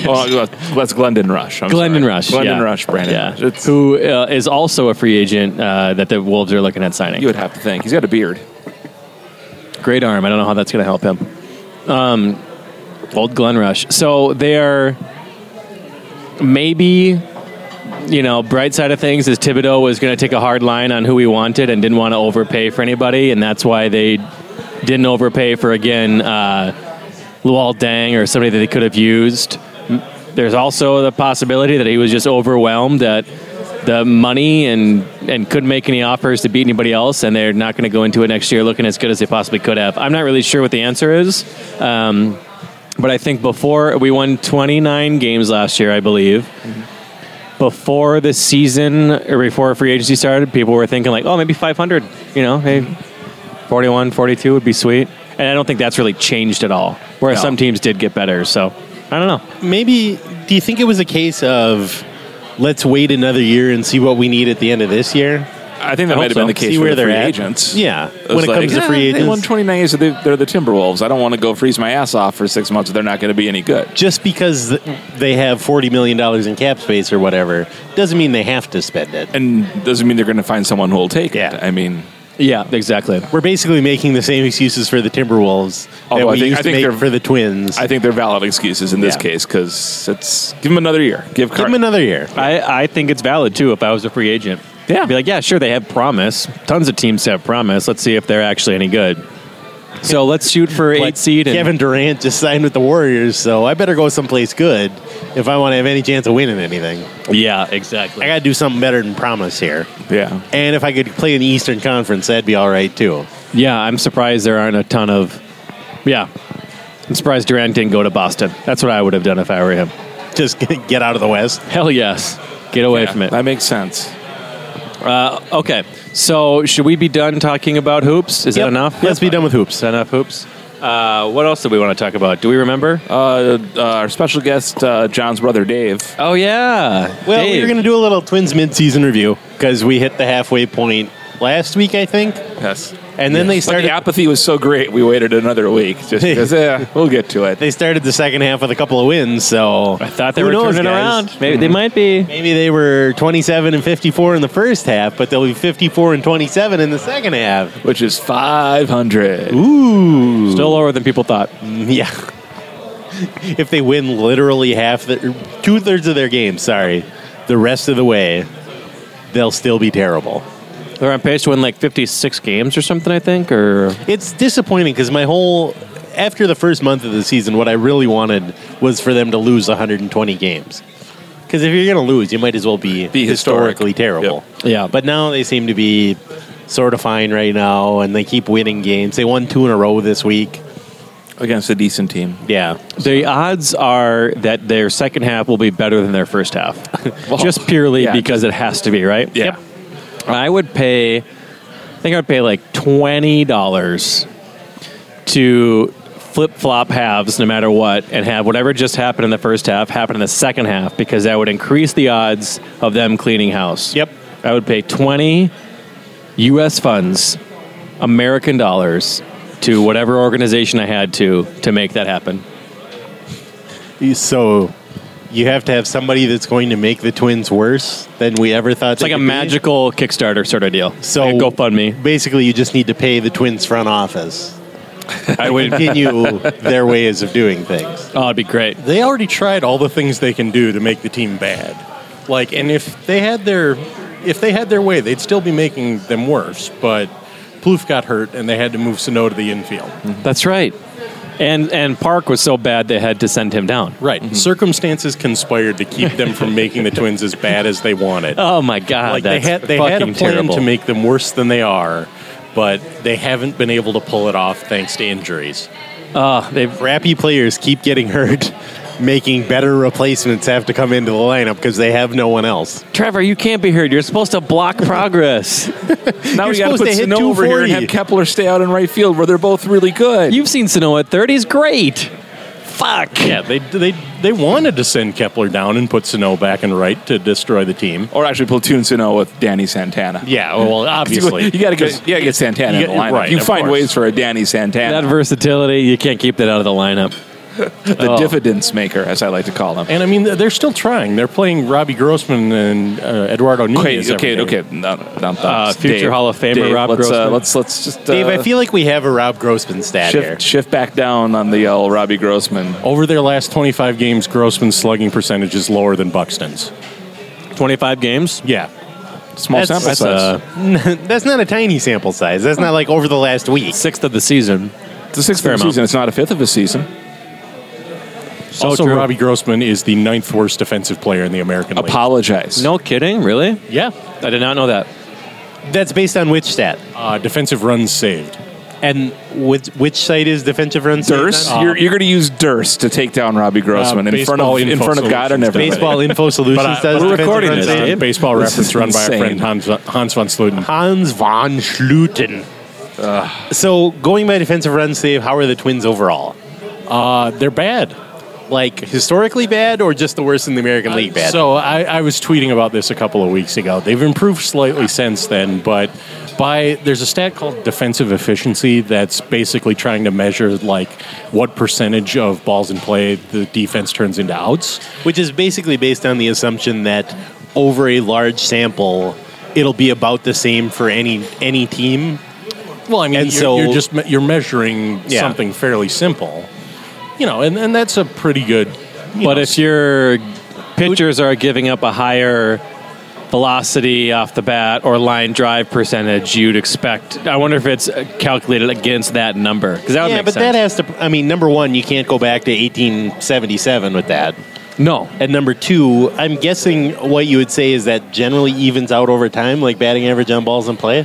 oh, that's Glendon Rush. I'm
Glendon
sorry.
Rush.
Glendon
yeah.
Rush, Brandon
Yeah.
Rush. It's-
Who uh, is also a free agent uh, that the Wolves are looking at signing.
you would have to think. He's got a beard.
Great arm. I don't know how that's going to help him. Um, old Glen Rush. So they are maybe, you know, bright side of things is Thibodeau was going to take a hard line on who he wanted and didn't want to overpay for anybody, and that's why they didn't overpay for again uh, Luol Dang or somebody that they could have used. There's also the possibility that he was just overwhelmed at the money and and couldn't make any offers to beat anybody else, and they're not going to go into it next year looking as good as they possibly could have. I'm not really sure what the answer is, um, but I think before we won 29 games last year, I believe. Mm-hmm. Before the season or before free agency started, people were thinking like, "Oh, maybe 500." You know, hey, 41, 42 would be sweet. And I don't think that's really changed at all. Whereas
No.
some teams did get better, so I don't know.
Maybe, do you think it was a case of let's wait another year and see what we need at the end of this year?
I think that
I
might
hope
have been
so.
the case
See
for
where
the
they're
free
at.
agents.
Yeah.
It was "Eh,
When it comes to free
they
agents."
won 29 years. so They, they're the Timberwolves. I don't want to go freeze my ass off for six months if they're not going to be any good.
Just because th- they have $40 million in cap space or whatever doesn't mean they have to spend it.
And doesn't mean they're going to find someone who will take
Yeah.
it. I mean,
Yeah, exactly.
We're basically making the same excuses for the Timberwolves
Although
that
I
we
think- I
used to
think
make
they're-
for the Twins.
I think they're valid excuses in this
Yeah.
case because it's give them another year. Give,
Give
Car-
them another year.
I, I think it's valid too. If I was a free agent,
Yeah.
I'd be like, yeah, sure, they have promise. Tons of teams have promise. Let's see if they're actually any good. So let's shoot for
Like,
eight seed. And
Kevin Durant just signed with the Warriors, so I better go someplace good if I want to have any chance of winning anything.
yeah, exactly.
I got to do something better than promise here.
Yeah.
And if I could play in the Eastern Conference, that'd be all right too.
yeah, I'm surprised there aren't a ton of. Yeah, I'm surprised Durant didn't go to Boston. That's what I would have done if I were him.
Just get out of the West.
Hell yes, get away
Yeah,
from it.
That makes sense.
okay, so should we be done talking about hoops? Is that
Yep.
enough?
Let's be done with hoops.
Is that enough hoops? Uh, what else do we want to talk about? Do we remember?
Uh, uh, our special guest, uh, John's brother Dave.
oh yeah.
Well,
Dave.
we're going to do a little Twins midseason review because we hit the halfway point last week, I think.
Yes.
And then they
But
started.
the apathy was so great, we waited another week just because eh, we'll get to it.
They started the second half with a couple of wins, so
I thought they
who
were
knows,
turning
guys?
around. Maybe they might be.
Maybe they were 27 and 54 in the first half, but they'll be 54 and 27 in the second half.
Which is 500.
Ooh.
Still lower than people thought.
Yeah. if they win literally half, the, two thirds of their game, sorry, the rest of the way, they'll still be terrible.
They're on pace to win like 56 games or something, I think. Or
It's disappointing because my whole, after the first month of the season, what I really wanted was for them to lose 120 games. Because if you're going to lose, you might as well be,
Be historic.
historically terrible.
Yep. Yeah.
But now they seem to be sort of fine right now, and they keep winning games. They won two in a row this week.
Against a decent team.
Yeah.
the odds are that their second half will be better than their first half, just purely
yeah.
because it has to be, right?
Yeah.
I would pay. I think I would pay like twenty dollars to flip flop halves, no matter what, and have whatever just happened in the first half happen in the second half because that would increase the odds of them cleaning house.
Yep.
I would pay twenty U.S. funds, American dollars, to whatever organization I had to to make that happen.
So you have to have somebody that's going to make the twins worse than we ever thought.
It's like a magical Kickstarter sort of deal.
So
Like a GoFundMe.
Basically, you just need to pay the twins' front office.
I would.
Continue their ways of doing things.
Oh, it'd be great.
They already tried all the things they can do to make the team bad. Like, and if they had their if they had their way, they'd still be making them worse. But Plouffe got hurt, and they had to move Sano to the infield.
That's right. And and Park was so bad they had to send him down.
Right.
Mm-hmm.
Mm-hmm.
Circumstances conspired to keep them from making the Twins as bad as they
Ah,
wanted.
Oh my god,
like they
that's
had they
fucking
had a plan
terrible.
to make them worse than they are, but they haven't been able to pull it off thanks to injuries.
They've-
Ah, Crappy players keep getting hurt, making better replacements have to come into the lineup because they have no one else.
Trevor, you can't be hurt. You're supposed to block progress.
Now
You're
we got to
supposed
put
to hit
Sano over here and have
240.
Kepler stay out in right field where they're both really good.
You've seen Sano at 30. He's great. Fuck.
Yeah, they they they wanted to send Kepler down and put Sano back and right to destroy the team.
or actually platoon Sano with Danny Santana.
Yeah, well, obviously
you got to get you got to get Santana
You
in the
get-
lineup.
right,
you
of
find
course.
ways for a Danny Santana,
That versatility, you can't keep that out of the lineup.
the diffidence maker, as I like to call him.
And I mean, they're still trying. They're playing Robbie Grossman and uh, Eduardo
Okay,
Nunez.
okay,
every day.
okay. No, no, no,
Uh, future
Dave,
Hall of Famer
Dave,
Rob
let's, uh,
Grossman.
let's let's just uh,
Dave, I feel like we have a Rob Grossman stat here.
shift shift back down on the old Robbie Grossman.
Over their last 25 games, Grossman's slugging percentage is lower than Buxton's.
25 games.
Yeah.
Small
That's-
sample
that's,
size.
uh,
That's not a tiny sample size. That's not like over the last week.
Sixth of the season.
it's a sixth of
fair
a
amount.
season. It's not a fifth of a season.
So
also,
true.
Oh, Robbie Grossman is the ninth worst defensive player in the American League.
Apologize.
No kidding, really?
Yeah.
I did not know that.
That's based on which stat?
Uh, defensive runs saved.
And with which site is defensive run saved
Durst,
on?
you're, you're going to use Durst to take down Robbie Grossman in front
Baseball
of in
Info
front of God and
Solutions.
everybody.
Baseball Info Solutions
But, uh,
does
we're
defensive
recording
run
this,
saved?
Uh,
Dave?
baseball
This
reference
is
run by our
insane.
friend Hans, Hans von Sluden.
Hans von Schluten. So going by defensive run save, how are the Twins overall?
Uh, they're bad.
Like historically bad, or just the worst in the American League bad?
So I, I was tweeting about this a couple of weeks ago. They've improved slightly since then, but by there's a stat called defensive efficiency that's basically trying to measure like what percentage of balls in play the defense turns into outs.
which is basically based on the assumption that over a large sample, it'll be about the same for any any team.
Well, I mean,
And
you're,
so-
you're just me- you're measuring
Yeah.
something fairly simple, you know, and, and that's a pretty good. you
But
know,
if your pitchers are giving up a higher velocity off the bat or line drive percentage, you'd expect. I wonder if it's calculated against that number because that would
yeah,
make
but that
sense.
has to. I mean, number one, you can't go back to 1877 with that.
no,
And number two, I'm guessing what you would say is that generally evens out over time, like batting average on balls in play.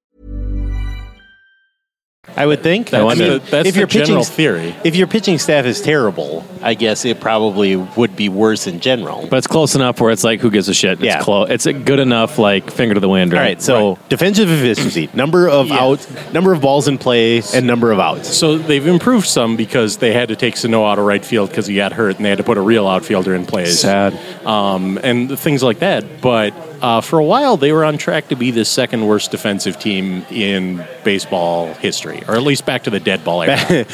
I would think.
That's
I
the- that's the
your pitching
general
st-
theory.
If your pitching staff is terrible, I guess it probably would be worse in general.
but it's close enough where it's like, who gives a shit? It's
Yeah.
clo- It's a good enough, like finger to the wind. Right?
All right, so defensive efficiency, number of outs, number of balls in play, and number of outs.
So they've improved some because they had to take Sano out of right field because he got hurt, and they had to put a real outfielder in place.
Sad.
um, and things like that. But uh, for a while, they were on track to be the second worst defensive team in baseball history, or at least back to the dead ball era.
we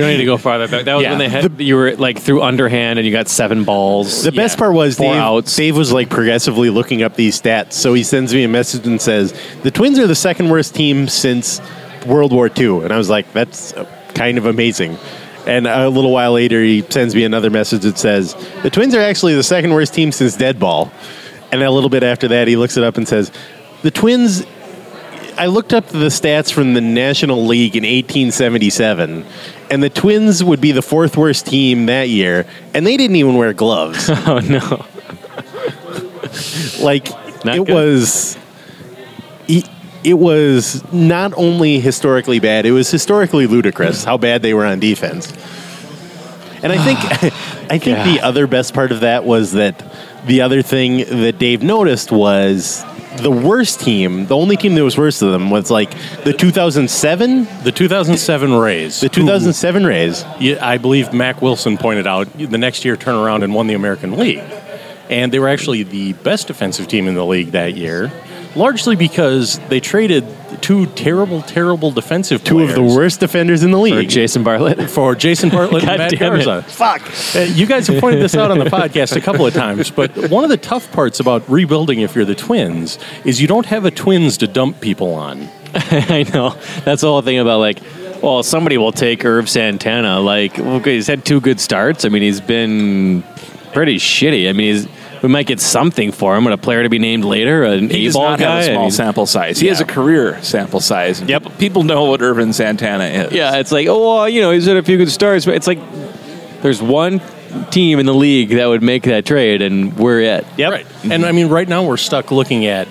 don't need to go farther back. That was
Yeah.
when they had you were like through underhand and you got seven balls.
The best
Yeah.
part was
Four
Dave,
outs.
Dave was like progressively looking up these stats. So he sends me a message and says, "The Twins are the second worst team since World War II." And I was like, "That's uh, kind of amazing." And a little while later, he sends me another message that says, "The Twins are actually the second worst team since dead ball." And a little bit after that, he looks it up and says, "The Twins I looked up the stats from the National League in 1877, and the Twins would be the fourth worst team that year, and they didn't even wear gloves.
Oh no.
like
Not
it
good.
was it, it was not only historically bad, it was historically ludicrous how bad they were on defense. And I think I think the other best part of that was that the other thing that Dave noticed was the worst team, the only team that was worse than them was like the 2007,
the 2007 Rays.
The 2007 Rays.
Yeah, I believe Mac Wilson pointed out the next year turned around and won the American League. And they were actually the best defensive team in the league that year, largely because they traded two terrible, terrible defensive
two of the
players.
worst defenders in the league.
Jason Bartlett.
for Jason Bartlett
God
and Matt
damn it.
Garza.
Fuck.
Uh, you guys have pointed this out on the podcast a couple of times, but one of the tough parts about rebuilding if you're the Twins is you don't have a Twins to dump people on.
I know. That's the whole thing about like, well, somebody will take Irv Santana. Like, okay, he's had two good starts. I mean, he's been pretty shitty. I mean, he's, we might get something for him, but a player to be named later, an
He
A
does
ball
not have
guy.
a
I
small
mean,
sample size. He has a career sample size.
Yep.
People- People know what Irvin Santana is.
Yeah, it's like, oh, well, you know, he's had a few good starts, but it's like there's one team in the league that would make that trade, and we're it.
Yep. Right. And I mean, right now we're stuck looking at,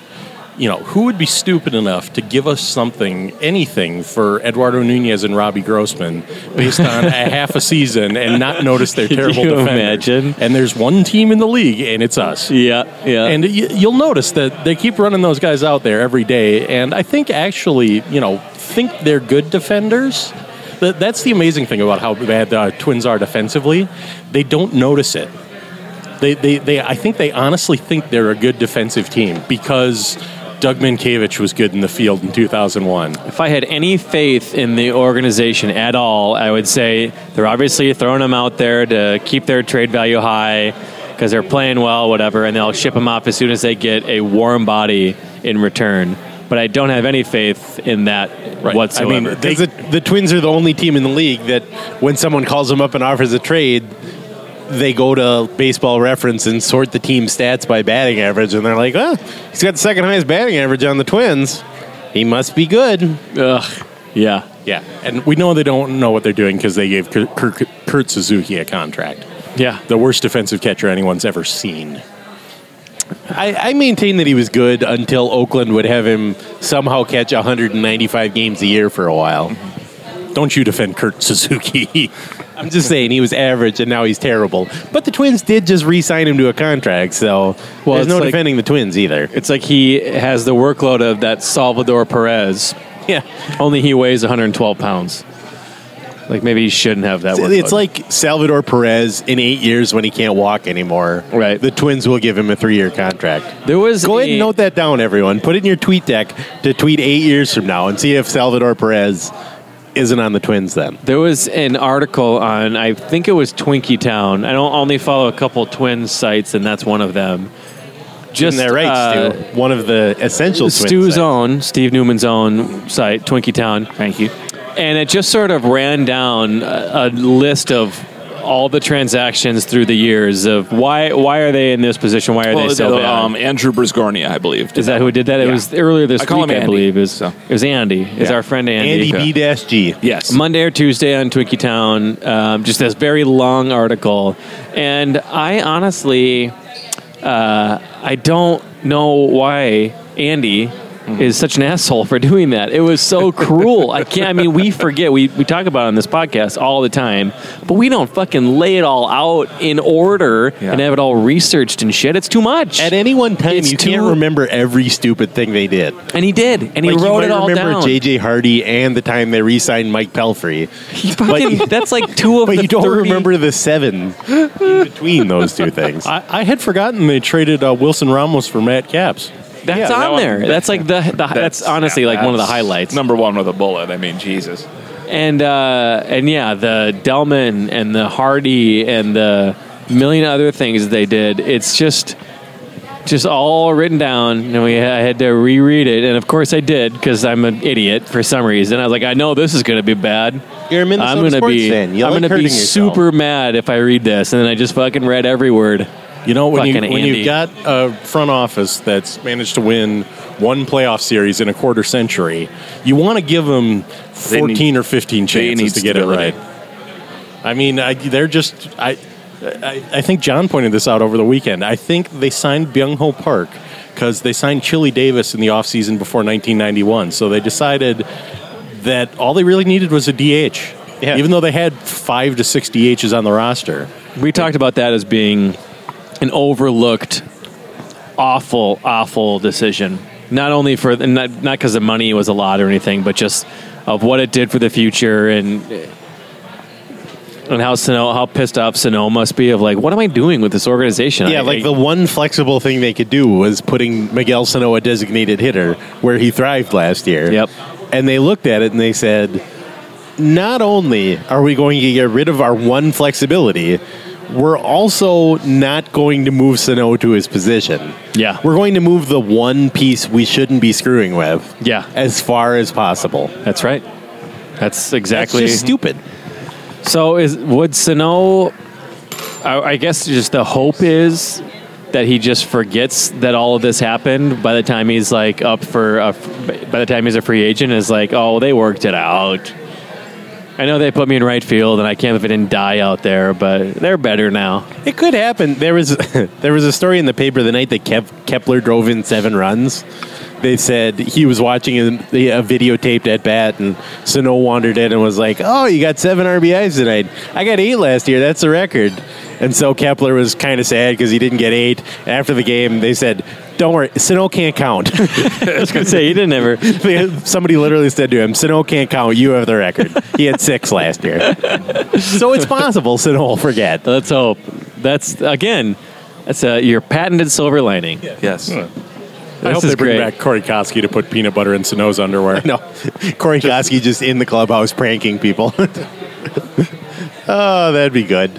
you know, who would be stupid enough to give us something, anything for Eduardo Nunez and Robbie Grossman based on a half a season and not notice their
Could
terrible
you
defender?
imagine?
And there's one team in the league, and it's us.
Yeah,
Uh,
yeah.
And y- you'll notice that they keep running those guys out there every day. And I think actually, you know, think they're good defenders. That- That's the amazing thing about how bad the uh, Twins are defensively. They don't notice it. They, they, they, I think they honestly think they're a good defensive team because Doug Minkiewicz was good in the field in 2001.
If I had any faith in the organization at all, I would say they're obviously throwing them out there to keep their trade value high because they're playing well, whatever, and they'll ship them off as soon as they get a warm body in return. But I don't have any faith in that whatsoever.
I mean, they, the, the Twins are the only team in the league that when someone calls them up and offers a trade, they go to baseball reference and sort the team stats by batting average, and they're like, oh, he's got the second highest batting average on the Twins. He must be good.
Ugh. Yeah.
Yeah. And we know they don't know what they're doing because they gave Kurt, Kurt, Kurt Suzuki a contract.
Yeah.
The worst defensive catcher anyone's ever seen.
I, I maintain that he was good until Oakland would have him somehow catch 195 games a year for a while.
Don't you defend Kurt Suzuki.
I'm just saying he was average and now he's terrible. But the Twins did just re sign him to a contract, so
Well,
there's
it's
no
like-
defending the Twins either.
It's like he has the workload of that Salvador Perez,
Yeah.
only he weighs 112 pounds. Like maybe he shouldn't have that
It's-
workload.
It's like Salvador Perez in eight years when he can't walk anymore.
Right.
The Twins will give him a three year contract.
there was
Go ahead and
a-
note that down, everyone. Put it in your tweet deck to tweet eight years from now and see if Salvador Perez isn't on the Twins then.
There was an article on, I think it was Twinkie Town. I don't only follow a couple twin sites, and that's one of them.
Isn't that right,
uh,
Stu? One of the essential
Stu's
Twins.
own, Steve Newman's own site, Twinkie Town,
Thank you.
and it just sort of ran down a, a list of all the transactions through the years of why why are they in this position? Why are
Well,
they so
the-
bad?
um, Andrew Brisgornia, I believe. did
Is that who did that? It
Yeah.
was earlier this
I call
week,
him
I
Andy,
believe. Is
so.
it was Andy? Is
Yeah.
our friend
Andy
Andy?
B G.
Yes.
Monday or Tuesday on Twinkie Town. Um, just this very long article, and I honestly, uh, I don't know why Andy.
Mm-hmm.
Is such an asshole for doing that. It was so cruel. I can't. I mean, we forget. We, we talk about it on this podcast all the time, but we don't fucking lay it all out in order
Yeah.
and have it all researched and shit. It's too much.
At any one time,
It's
you
too-
can't remember every stupid thing they did.
And he did. And he
Like, you
wrote
might
it all
remember
down.
J.J. Hardy and the time they re signed Mike Pelfrey.
He fucking-
But-
that's like two of
But
the
you don't
30
remember the seven in between those two things.
I, I had forgotten they traded uh, Wilson Ramos for Matt Capps.
That's
Yeah,
on
that one-
there. that's like the, the that's, honestly
yeah,
like one of the
that's
highlights.
Number one with a bullet. I mean, Jesus.
And uh, and yeah, the Delman and the Hardy and the million other things they did. It's just just all written down, and we I had to reread it. And of course, I did because I'm an idiot for some reason. I was like, I know this is going to be bad.
You're a Minnesota
I'm gonna
sports
be
fan.
I'm
You like
going to be
hurting yourself.
super mad if I read this, and then I just fucking read every word.
You know, when, you,
Fucking
when
Andy.
you've got a front office that's managed to win one playoff series in a quarter century, you want to give them
They
14
need-
or 15
they need
chances to get it
stability.
right. I mean, I, they're just. I, I, I think John pointed this out over the weekend. I think they signed Byung Ho Park because they signed Chili Davis in the offseason before 1991. So they decided that all they really needed was a DH. Even though they had five to six DHs on the roster.
We talked about that as being an overlooked, awful, awful decision. Not only for and not not because the money was a lot or anything, but just of what it did for the future and and how Sonoma, how pissed off Sonoma must be of like, what am I doing with this organization?
Yeah,
I-
like
I-
the one flexible thing they could do was putting Miguel Sano a designated hitter where he thrived last year. Yep. And they looked at it and they said, not only are we going to get rid of our one flexibility, we're also not going to move Sano to his position. Yeah. We're going to move the one piece we shouldn't be screwing with. Yeah. As far as possible.
That's right. That's exactly
just stupid.
So is would Sano? I, I guess just the hope is that he just forgets that all of this happened by the time he's like up for a, by the time he's a free agent is like oh they worked it out. I know they put me in right field and I can't believe I didn't die out there, but they're better now.
It could happen. There was there was a story in the paper the night that Kev, Kepler drove in seven runs. They said he was watching a, a videotaped at bat, and Sano wandered in and was like, "Oh, you got seven RBIs tonight. I got eight last year. That's a record." And so Kepler was kind of sad because he didn't get eight. After the game, they said, "Don't worry, Sano can't count." I was
gonna say he didn't ever.
Somebody literally said to him, "Sano can't count. You have the record. He had six last year." so it's possible Sano will forget.
Let's hope. That's again, that's a, your patented silver lining.
Yes.
I hope they bring back Corey Koski to put peanut butter in Sano's underwear.
No, Corey Koski just in the clubhouse pranking people. oh, that'd be good.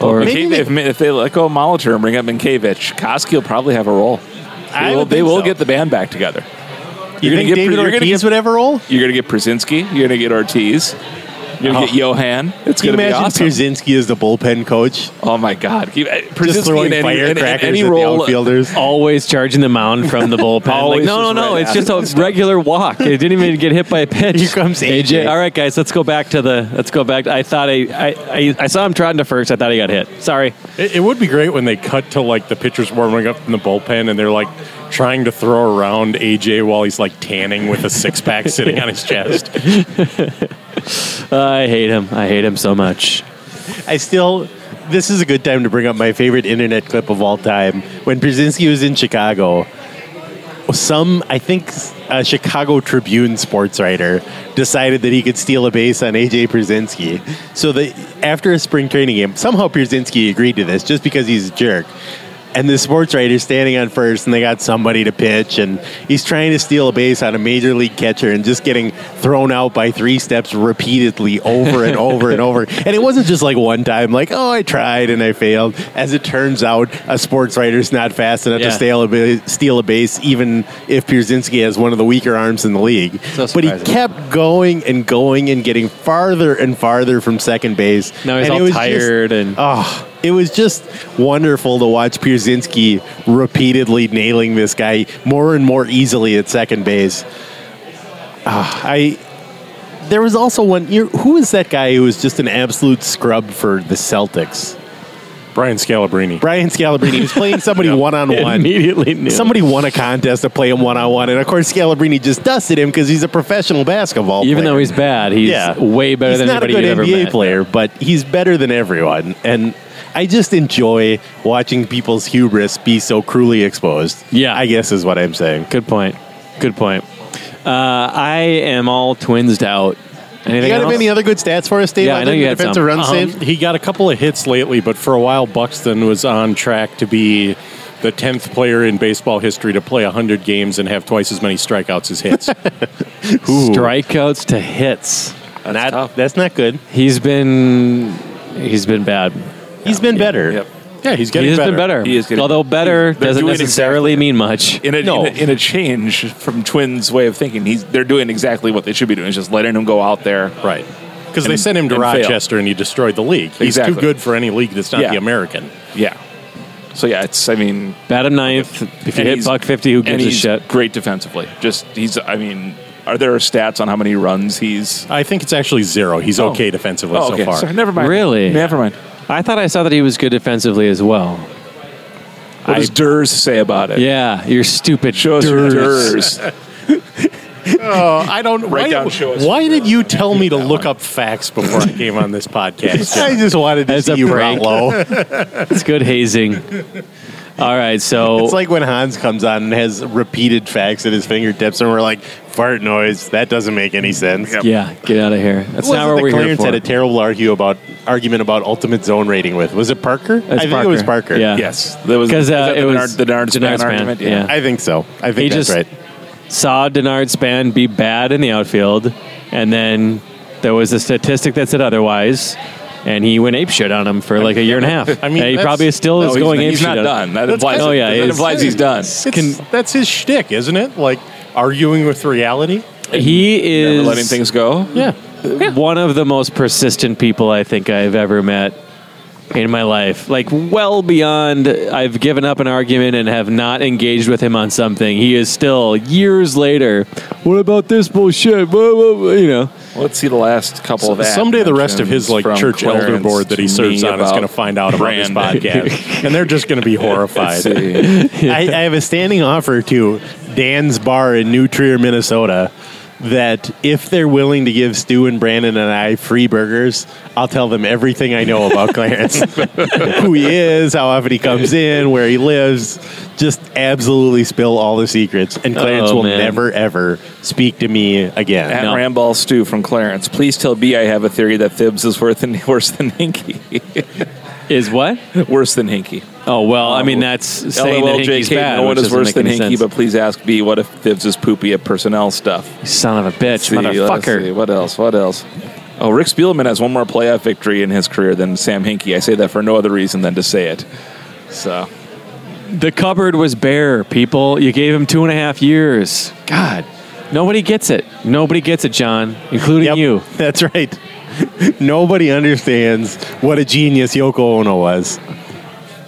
Or
Maybe
Mikey- if, if they let go of Molitor and bring up Minkiewicz, Koski will probably have a role. They
I
will,
would
they
think
will
so.
get the band back together.
You
gonna
think David
you're gonna
Ortiz
get-
would ever roll?
You're going to get Przinski. You're going to get Ortiz. You're going to
Oh.
Uh-huh.
get Johan. It's
Can
going
you
to be
imagine
awesome.
Pierzynski as the bullpen coach?
Oh my God! He-
just
Przinski
throwing
in any- in- in
firecrackers
any
at
role-
the outfielders.
Always charging the mound from the bullpen. like,
Always
no, no,
just
no.
right
it's
after
just a regular walk. It didn't even get hit by a pitch. Here comes AJ. All right, guys, let's go back to the. Let's go back. I thought I I, I, I saw him trotting to first. I thought he got hit. Sorry.
It, it would be great when they cut to like the pitchers warming up in the bullpen and they're like trying to throw around AJ while he's like tanning with a six pack sitting on his chest.
I hate him. I hate him so much.
I still. This is a good time to bring up my favorite internet clip of all time when Brzezinski was in Chicago. Some, I think, a Chicago Tribune sports writer decided that he could steal a base on AJ Brzezinski. So that after a spring training game, somehow Brzezinski agreed to this just because he's a jerk. And the sports writer's standing on first, and they got somebody to pitch, and he's trying to steal a base on a major league catcher, and just getting thrown out by three steps repeatedly over and over and over. And it wasn't just like one time, like oh, I tried and I failed. As it turns out, a sports writer's not fast enough
Yeah.
to steal a, ba- steal a base, even if Pierzynski has one of the weaker arms in the league.
So
but he
surprising.
kept going and going and getting farther and farther from second base.
Now he's
and it
all
was just-
tired and
Oh, it was just wonderful to watch Pierzynski repeatedly nailing this guy more and more easily at second base. Ah, I there was also one. you who is that guy who was just an absolute scrub for the Celtics?
Brian Scalabrine.
Brian Scalabrine. He was playing somebody one on one.
Immediately knew.
Somebody won a contest to play him one on one, and of course Scalabrine just dusted him because he's a professional basketball.
Even
player.
though he's bad, he's way better
He's
than
not
anybody
a good
you've ever
NBA
met.
player, but he's better than everyone, and I just enjoy watching people's hubris be so cruelly exposed.
Yeah.
I guess is what I'm saying.
Good point. Good point. Uh, I am all twinsed out. Anything
you got
else?
any other good stats for us, Dave?
Yeah, I
other
know
than
you had
defensive
some.
run
Um,
saves.
he got a couple of hits lately, but for a while Buxton was on track to be the tenth player in baseball history to play hundred games and have twice as many strikeouts as hits.
strikeouts to hits.
That's
Not-
tough.
that's not good.
He's been he's been bad.
He's been better.
Yep.
yeah, he's getting
He's
better.
been better.
He is getting-
Although better
They're
doesn't
doing
necessarily mean much.
In a,
No.
in, a, in a change from Twins' way of thinking, he's they're doing exactly what they should be doing, just letting him go out there.
Right. Because they
And-
sent him to
and fail.
Rochester and he destroyed the league. He's
Exactly.
too good for any league that's not
Yeah.
the American.
Yeah. So yeah, it's I mean,
Bat him ninth. If you
and
hit
he's-
buck fifty, who
and
gives a
he's
shit?
Great defensively. Just he's I mean, are there stats on how many runs he's?
I think it's actually zero. He's
Oh.
okay defensively
Oh,
so
okay.
far.
Sorry, never mind.
Really?
Never mind.
I thought I saw that he was good defensively as well.
What does Durs say about it?
Yeah, you're stupid.
Show us your
Durs.
Durs.
Oh, I don't.
Right
why,
down, show us
Why did you tell me to look up facts before I came on this podcast? I just wanted to
As
see
a
you
prank.
out low.
it's good hazing. All right, so
It's like when Hans comes on and has repeated facts at his fingertips, and we're like, fart noise. That doesn't make any sense.
yeah, get out of here. That's
Who was
not
it
what
that
we're here
Clarence
for.
had a terrible argue about argument about ultimate zone rating with. Was it Parker? I
That's
think it was Parker.
Yeah,
Yes, that was
because
is
uh,
that
it
the
was
Denard, the Denard Span argument. Yeah.
yeah.
I think so. I think
He
that's
just-
right.
saw Denard Span be bad in the outfield, and then there was a statistic that said otherwise, and he went apeshit on him for like a year and a half.
I mean,
And he
that's-
probably still
No,
is
he's
going
not- he's
apeshit on
not
him.
done. That
That's
implies,
kind of- Oh, yeah,
that
it's-
implies he's done.
It's- that's his shtick, isn't it? Like arguing with reality.
He
Never
is
letting things go.
Yeah.
one of the most persistent people I think I've ever met in my life. Like well beyond I've given up an argument and have not engaged with him on something. He is still years later. What about this bullshit? Blah, blah, blah," you know.
Let's see the last couple of.
Someday the rest of his
actions
like
from
church elder
Clarence
board that he
to
serves
me
on is going to
about
find out about this
brand.
podcast, and they're just going to be
Let's
horrified.
see.
I, I have a standing offer to Dan's Bar in New Trier, Minnesota, that if they're willing to give Stu and Brandon and I free burgers, I'll tell them everything I know about Clarence, who he is, how often he comes in, where he lives. Just absolutely spill all the secrets, and Clarence
Oh,
will
man.
never ever speak to me again.
At
No.
Ramball Stew from Clarence, please tell B I have a theory that Thibs is worse than worse than Hinky,
Is what?
worse than Hinky.
Oh well, I
Uh,
mean that's saying that Hinky's
LOLJK,
bad.
No
which
one is
doesn't
worse
make
than
any
Hinky,
sense.
but please ask B what if Thibs is poopy at personnel stuff.
son of a bitch,
See, let's see,
motherfucker.
What else? What else? Oh, Rick Spielman has one more playoff victory in his career than Sam Hinkie. I say that for no other reason than to say it. So
The cupboard was bare, people. You gave him two and a half years. God, nobody gets it. Nobody gets it, John, including
Yep,
you.
That's right. Nobody understands what a genius Yoko Ono was.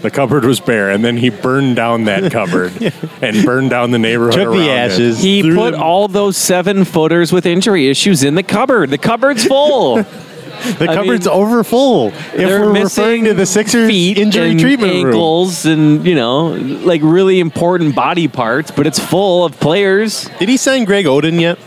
The cupboard was bare, and then he burned down that cupboard and burned down the neighborhood.
Took
around
the
it.
ashes.
He
threw
put
them-
all those seven footers with injury issues in the cupboard. The cupboard's full.
The
I
cupboard's
mean,
over full. If
They're
we're
missing
referring to the Sixers
feet
injury
and
treatment
ankles and you know, like really important body parts, but it's full of players.
room, did he sign Greg Oden yet?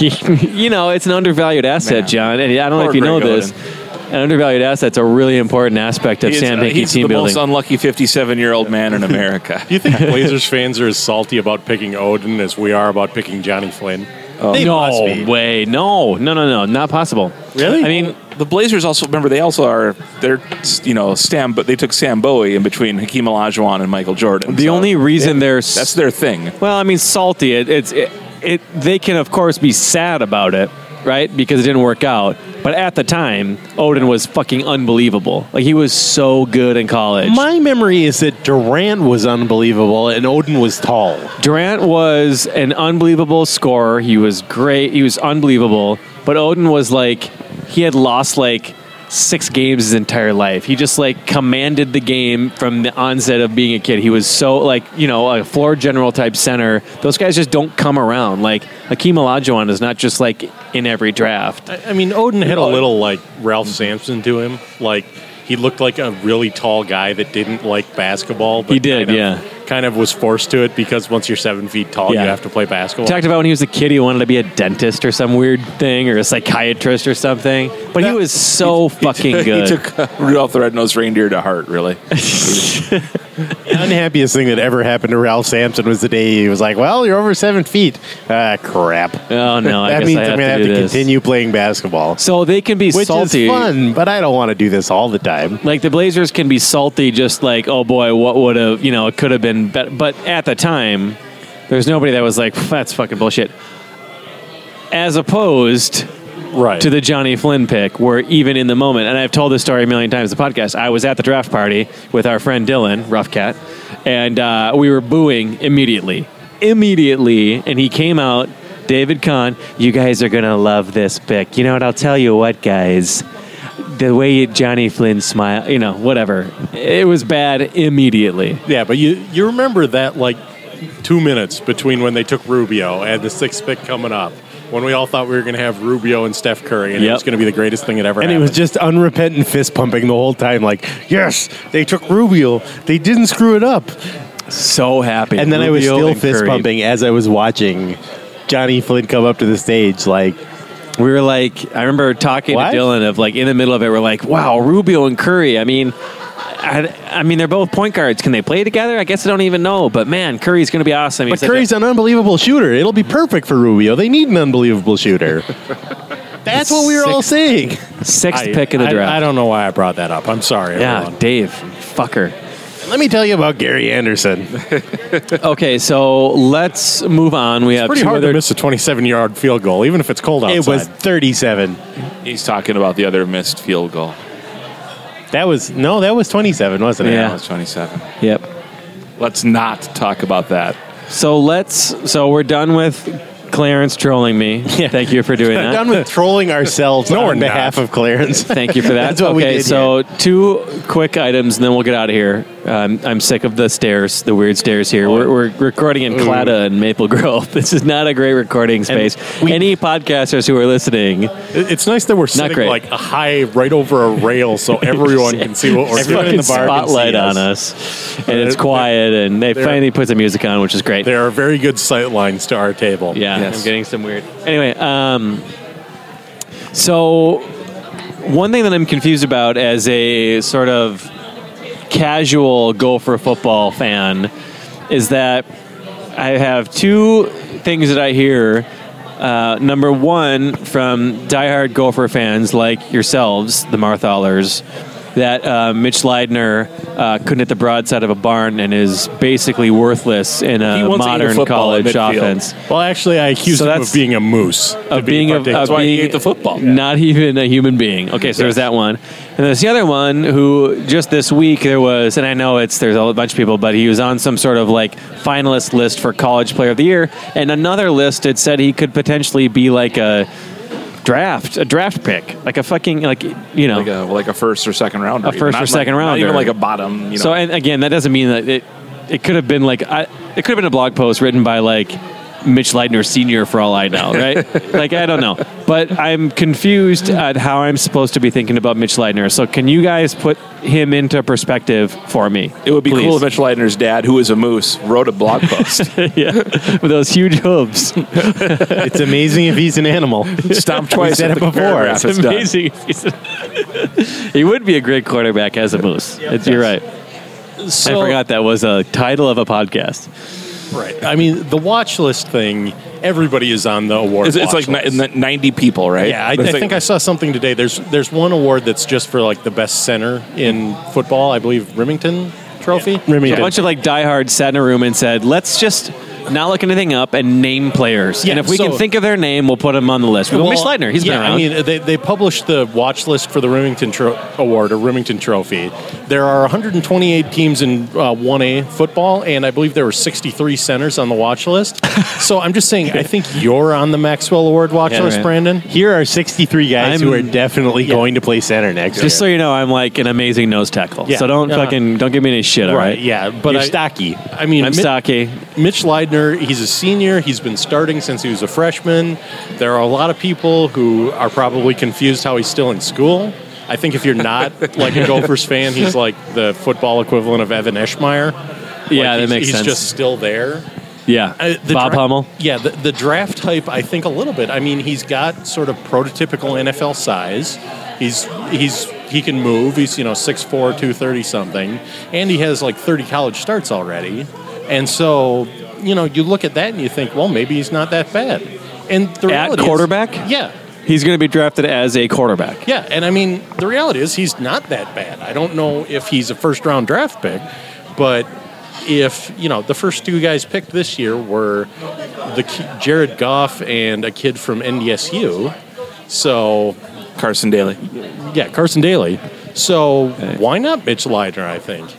you know, it's an undervalued asset,
Man.
John. And I don't know
Poor
if you know
Greg
this. An undervalued asset's a really important aspect of
He is-
Sam
uh,
Hinkie
he's
team
the
building.
most unlucky 57 year old man in America.
Do you think Blazers fans are as salty about picking Odin as we are about picking Johnny Flynn?
Oh, no way. No, no, no, no. Not possible.
Really?
I mean,
the Blazers also remember they also are they're you know Sam but they took Sam Bowie in between Hakeem Olajuwon and Michael Jordan.
the
So
only reason there's
that's their thing.
Well, I mean, salty. It, it's it, it. They can of course be sad about it, right? Because it didn't work out. But at the time, Odin was fucking unbelievable. Like he was so good in college.
My memory is that Durant was unbelievable and Odin was tall.
Durant was an unbelievable scorer. He was great. He was unbelievable. But Odin was like he had lost like six games his entire life. He just like commanded the game from the onset of being a kid. He was so like, you know, a floor general type center. Those guys just don't come around. Like Hakeem Olajuwon is not just like in every draft.
I, I mean, Odin had a little like Ralph Sampson to him. Like he looked like a really tall guy that didn't like basketball. But
He did,
kind of-
yeah.
Kind of was forced to it because once you're seven feet tall,
Yeah.
you have to play basketball.
He talked about when he was a kid he wanted to be a dentist or some weird thing or a psychiatrist or something. But he
That-
was so fucking good.
he took uh, Rudolph the Red-Nosed Reindeer to heart, really.
The unhappiest thing that ever happened to Ralph Sampson was the day he was like, "Well, you're over seven feet." Ah, crap.
Oh no! I
that
guess
means
I have
I'm gonna
to,
have
do
to
this.
continue playing basketball,
So they can be
which
salty.
is fun. But I don't want to do this all the time.
Like the Blazers can be salty, just like oh boy, what would have you know? It could have been better. But at the time, there's nobody that was like that's fucking bullshit. As opposed
right
to the Johnny Flynn pick, where even in the moment, and I've told this story a million times in the podcast. I was at the draft party with our friend Dylan Rough Cat, and uh, we were booing immediately, immediately, and he came out. David Kahn, you guys are gonna love this pick. You know what? I'll tell you what, guys the way Johnny Flynn smiled, you know, whatever. It was bad immediately.
Yeah, but you you remember that like two minutes between when they took Rubio and the sixth pick coming up, when we all thought we were going to have Rubio and Steph Curry, and it
Yep.
was going to be the greatest thing that ever
And it
happened.
was just unrepentant fist pumping the whole time, like, yes, they took Rubio. They didn't screw it up.
So happy.
And then I was
Rubio
still
and
fist
Curry.
pumping as I was watching Johnny Flynn come up to the stage, like,
we were like, I remember talking
What?
to Dylan of like in the middle of it, we're like, wow, Rubio and Curry. I mean, I, I mean, they're both point guards. Can they play together? I guess I don't even know. But man, Curry's going to be awesome.
But
He's such a-
Curry's an unbelievable shooter. It'll be perfect for Rubio. They need an unbelievable shooter. That's what we were all saying.
Sixth
I-
pick in the
I-
draft.
I
don't know why I brought that up. I'm sorry.
Yeah,
everyone.
Dave, fucker.
Let me tell you about Gary Anderson.
okay, so let's move on. We have
pretty
two
hard to
other
miss a 27 yard field goal, even if it's cold outside.
It was
37.
He's talking about the other missed field goal.
That was no, that was 27, wasn't it?
Yeah, it was 27.
Yep.
Let's not talk about that.
So let's. So we're done with Clarence trolling me. Thank you for doing that.
Done with trolling ourselves
No, we're
on
not.
behalf of Clarence.
Thank you for that.
That's what
okay,
we did
so two quick items, and then we'll get out of here. Um, I'm sick of the stairs, the weird stairs here. We're, we're recording in Clada and Maple Grove. This is not a great recording space. Any podcasters who are listening,
it's nice that we're
not
sitting
great.
like high right over a rail so everyone can see what we're
Everyone
doing.
can spotlight on us, and it's quiet. And they
they're-
finally put some music on, which is great.
There are very good sight lines to our table.
Yeah, I'm getting some weird. Anyway, um, so one thing that I'm confused about as a sort of casual Gopher football fan is that I have two things that I hear. Uh, number one, from diehard Gopher fans like yourselves, the Marthalers, that uh, Mitch Leidner uh, couldn't hit the broadside of a barn and is basically worthless in a
He once ate a
modern
football in
college
midfield.
offense
Well, actually, I accused
So
him
that's-
of being a moose.
of being a,
That's
of
why he
being
ate the football.
not even a human being. Okay, so there's that one, and there's the other one who just this week there was, and I know it's there's a bunch of people, but he was on some sort of like finalist list for college player of the year, and another list it said he could potentially be like a draft, a draft pick, like a fucking like you know
Like a, like a first or second rounder.
a
even.
first
Not
or
like-
second
not
round,
even like a bottom. You know.
So, and again, that doesn't mean that it it could have been like I, it could have been a blog post written by like Mitch Leitner Senior for all I know, right? like I don't know, but I'm confused at how I'm supposed to be thinking about Mitch Leitner. So, can you guys put him into perspective for me?
it would be
please?
cool if Mitch Leitner's dad, who is a moose, wrote a blog post.
yeah, with those huge hooves.
it's amazing if he's an animal.
Stomp
We
twice
said
at
it
the
before.
paragraph. It's done.
amazing. he would be a great quarterback as a moose. It's- You're right.
So-
I forgot that was a title of a podcast.
Right. I mean, the watch list thing, everybody is on the award.
It's, it's
watch
like
list.
ni- ni- 90 people, right?
Yeah, I, I
It's like-
think I saw something today. There's there's one award that's just for like the best center in football. I believe Remington Trophy.
A bunch of like diehards sat in a room and said, "Let's just not look anything up and name players. and
Yeah,
if we
so-
can think of their name, we'll put them on the list." Well, Mitch Leitner, he's
yeah,
been around.
I mean, they, they published the watch list for the Remington tro- Award or Remington Trophy. There are 128 teams in uh, 1A football, and I believe there were 63 centers on the watch list. so I'm just saying, I think you're on the Maxwell Award watch
Yeah,
list,
right.
Brandon.
Here are 63 guys
I'm-
who are definitely going to play center next
just so
year.
you know, I'm like an amazing nose tackle.
Yeah.
So don't
Uh-huh.
fucking don't give me any shit. All right.
Yeah, but
You're
I-
stocky.
I mean,
I'm
Mi-
stocky.
Mitch Leidner, he's a senior. He's been starting since he was a freshman. There are a lot of people who are probably confused how he's still in school. I think if you're not like a Gophers fan, he's like the football equivalent of Evan Eschmeyer.
Yeah,
Like,
that
he's-
makes
he's
sense.
just still there.
yeah.
Uh, the
Bob
dra-
Hummel.
Yeah, the, the draft type, I think a little bit. I mean, he's got sort of prototypical NFL size. He's he's he can move. He's you know 6'4", 230 something, and he has like thirty college starts already. And so you know you look at that and you think, well, maybe he's not that bad. And the
At
reality is-
quarterback?
yeah.
He's going to be drafted as a quarterback.
Yeah, and I mean, the reality is he's not that bad. I don't know if he's a first round draft pick, but if, you know, the first two guys picked this year were the ki- Jared Goff and a kid from NDSU. So,
Carson Daly.
yeah, Carson Daly. So, why not Mitch Leitner, I think?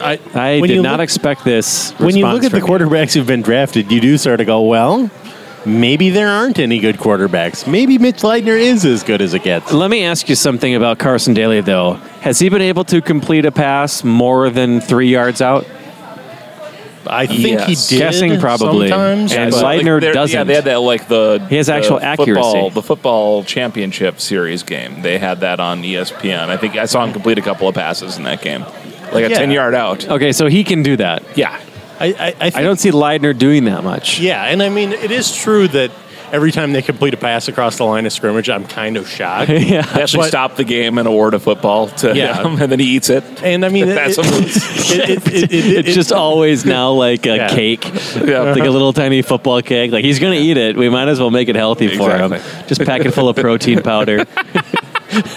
I,
I
When
did
you
not
look-
expect this.
when you
response
look at the
from you.
quarterbacks who've been drafted, you do sort of go, well, maybe there aren't any good quarterbacks. Maybe Mitch Leitner is as good as it gets.
Let me ask you something about Carson Daly, though. Has he been able to complete a pass more than three yards out?
I think he
Yes.
did. Sometimes,
And
but-
Leitner doesn't. Yeah, they had that like the
He has
the
actual accuracy.
Football, the football championship series game. They had that on E ESPN. I think I saw him complete a couple of passes in that game, like a
Yeah.
ten yard out.
Okay, so he can do that.
Yeah.
I, I, I, think,
I don't see Leidner doing that much.
Yeah, and I mean, it is true that every time they complete a pass across the line of scrimmage, I'm kind of shocked.
Yeah. They actually stop the game and award a football to
Yeah.
him, and then he eats it.
And I mean, it-
That's
it-
what-
it- it- it-
it's
it-
just always now like a
Yeah.
cake, like a little tiny football cake. Like he's gonna eat it. We might as well make it healthy for him. Just pack it full of protein powder.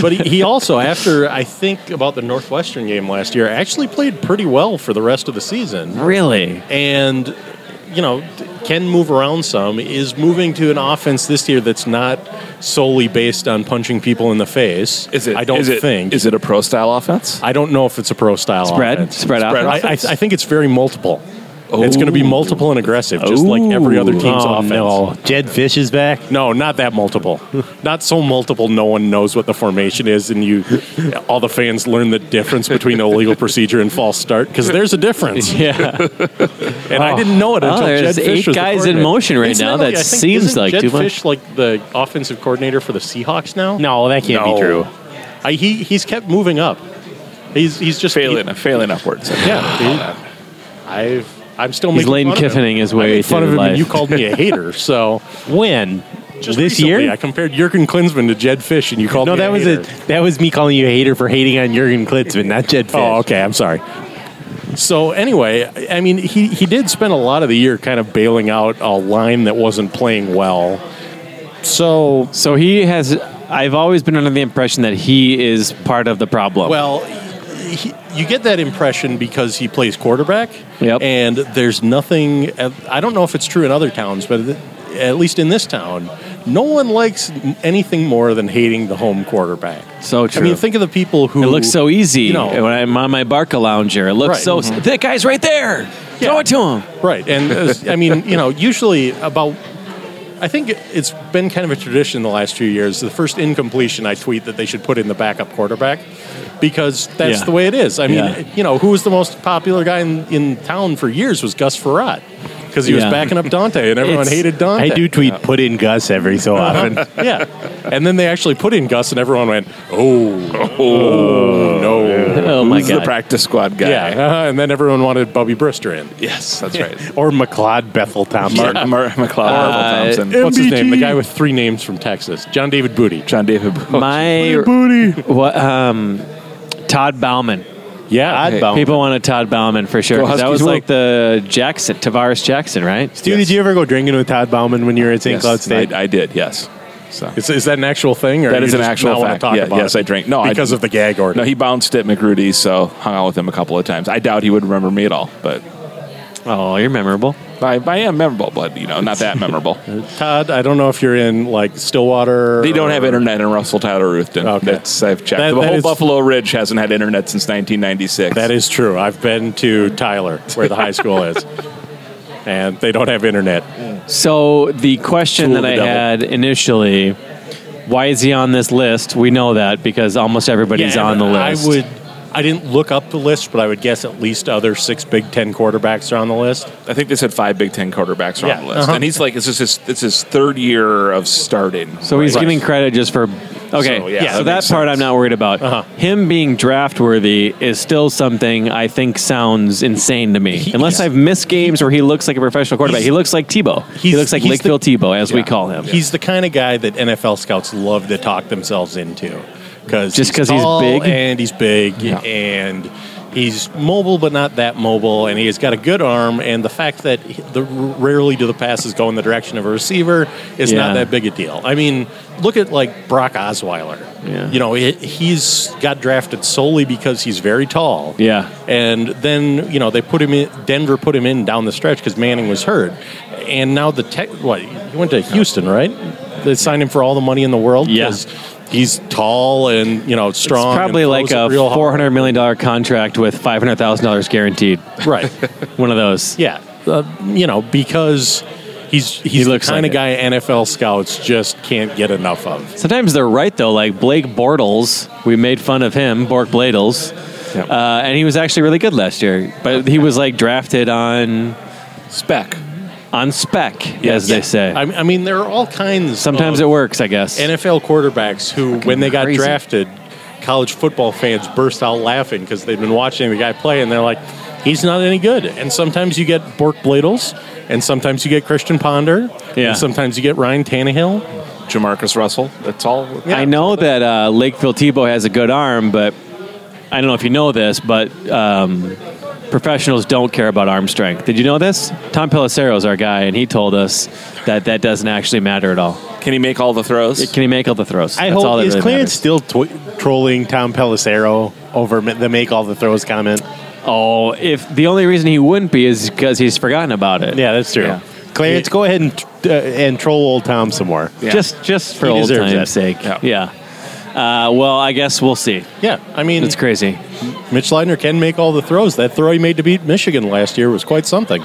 but he, he also, after I think about the Northwestern game last year, actually played pretty well for the rest of the season.
Really?
And, you know, can move around some, is moving to an offense this year that's not solely based on punching people in the face. Is it? I don't
is it-
think.
is it a pro style offense?
I don't know if it's a pro style
Spread?
offense.
Spread Spread
I-
offense?
I, I think it's very multiple. It's going to be multiple and aggressive, just like every other team's
Oh,
offense.
no.
Jed Fish is back. No, not that multiple. not so multiple. No one knows what the formation is, and you, all the fans learn the difference between illegal procedure and false start because there's a difference.
Yeah.
and I didn't know it
Oh,
until
there's
Jed Fish
eight
was the
guys in
coordinator.
motion right now. That
Incidentally, I think-
seems
isn't
like
Jed
too much.
Fish like the offensive coordinator for the Seahawks now.
No, that can't be true.
I, he he's kept moving up. He's he's just
failing failing upwards.
Yeah, he- I've I'm still
He's
making
Lane
fun of him.
Kiffining his
I
way
made fun
through
of him,
life.
and you called me a hater. So when just
This
recently,
year?
I compared Jurgen Klinsmann to Jed Fish, and you called
No,
me
that
a
was
hater.
a that was me calling you a hater for hating on Jurgen Klinsmann, not Jed Fish.
Oh, okay. I'm sorry. So anyway, I- I mean, he he did spend a lot of the year kind of bailing out a line that wasn't playing well. So
so he has. I've always been under the impression that he is part of the problem.
Well, he, you get that impression because he plays quarterback.
Yep.
And there's nothing. I don't know if it's true in other towns, but at least in this town, no one likes anything more than hating the home quarterback.
so true.
I mean, think of the people who
it looks so easy.
You know,
when I'm on my Barca lounger, it looks
Right.
so.
Mhm.
That guy's right there. Throw it to him.
Right. And as- I mean, you know, usually about. I think it's been kind of a tradition the last few years. The first incompletion, I tweet that they should put in the backup quarterback because that's
Yeah.
the way it is. I mean,
Yeah.
you know, who was the most popular guy in, in town for years was Gus Farrat because he
Yeah.
was backing up Dante and everyone
It's-
hated Dante.
I do tweet put in Gus every so often.
yeah. And then they actually put in Gus, and everyone went, "Oh, oh, no,
Oh, my
Who's the
God.
practice squad guy.
Yeah, uh-huh, and then everyone wanted Bobby Brister in.
Yes, that's right.
or McLeod Bethel Thompson.
Mar- Mar- McLeod
Uh,
Bethel Thompson.
What's his
MBT.
name? The guy with three names from Texas. John David Booty.
John David Booty.
My
booty.
What? Um, Todd Bauman.
Yeah,
Todd Bauman.
people wanted Todd Bauman for sure.
Go
'cause That
Huskies,
was
go.
like the Jackson, Tavares Jackson, right?
Stu, did you ever go drinking with Todd Bauman when you were at St.
Yes,
Cloud State?
I, I did. Yes. So.
Is, is that an actual thing? Or
That
you
is an
just
actual
not wanna
fact.
Talk
Yeah,
about
yes,
it
I drank. No, I-
because of the gag order.
No, he bounced at McRudy's, so hung out with him a couple of times. I doubt he would remember me at all, but
oh, you're memorable.
I, I am memorable, but you know, not that memorable.
Todd, I don't know if you're in like Stillwater.
they don't
or-
have internet in Russell Tyler Ruthven.
Okay.
That's I've checked.
That-
the
that
whole
is-
Buffalo Ridge hasn't had internet since 1996.
That is true. I've been to Tyler, where the high school is, and they don't have internet.
So the question
Tool of
that I
the devil.
had initially, why is he on this list? We know that because almost everybody's
Yeah,
on the list.
I would. I didn't look up the list, but I would guess at least other six Big Ten quarterbacks are on the list.
I think they said five Big Ten quarterbacks are
Yeah,
on the list,
uh-huh.
and he's like, this is his, it's his third year of starting.
So he's
Right.
giving credit just for. Okay,
So,
so,
yeah,
that,
that makes
part
sense.
I'm not worried about.
Uh-huh.
Him being draft worthy is still something I think sounds insane to me. Unless I've missed games where he looks like a professional quarterback. He looks like Tebow. He
he's-
looks like
he's
Lakeville
the-
Tebow, as we
Yeah.
call him.
He's the kind of guy that NFL scouts love to talk themselves into because
Just 'cause he's big?
and he's big and he's mobile but not that mobile and he's got a good arm and the fact that he- the rarely do the passes go in the direction of a receiver is
Yeah.
not that big a deal. I mean, look at like Brock Osweiler.
Yeah.
You know, it, he's got drafted solely because he's very tall.
Yeah.
And then you know they put him in. Denver put him in down the stretch because Manning was hurt, and now the tech. What he went to Houston, right? They signed him for all the money in the world.
Yeah.
'cause He's tall and you know
It's
strong. and
probably
throws
like
it
a
real hard.
four hundred million dollar contract with five hundred thousand dollars guaranteed.
Right.
One of those.
Yeah. Uh, you know because he's he's the
looks
kind
like
of guy NFL scouts just can't get enough of.
Sometimes they're right though. Like Blake Bortles, we made fun of him. Bork Bladels. Uh, and he was actually really good last year, but he was like drafted on spec. On spec, as they say.
I, I mean, there are all kinds.
Sometimes
of
it works, I guess.
NFL quarterbacks who, when they got
crazy.
drafted, college football fans burst out laughing because they've been watching the guy play and they're like, he's not any good. And sometimes you get Bork Bladels, and sometimes you get Christian Ponder,
Yeah.
and sometimes you get Ryan Tannehill, Jamarcus Russell. That's all.
I know that uh, Lakeville Tebow has a good arm, but I don't know if you know this, but um, professionals don't care about arm strength. Did you know this? Tom Pelissero is our guy, and he told us that that doesn't actually matter at all.
Can he make all the throws?
Can he make all the throws?
I
That's all
hope
that
is
really
Clarence still tw- trolling Tom Pelissero over ma- the make all the throws comment.
Oh, if the only reason he wouldn't be is because he's forgotten about it.
Yeah, that's true. Clarence, go ahead and uh, and troll old Tom some more.
Just just for
He
old
deserves
time's
that.
sake. Yeah. Uh, well, I guess we'll see.
Yeah, I mean,
it's crazy.
Mitch Leitner can make all the throws. That throw he made to beat Michigan last year was quite something.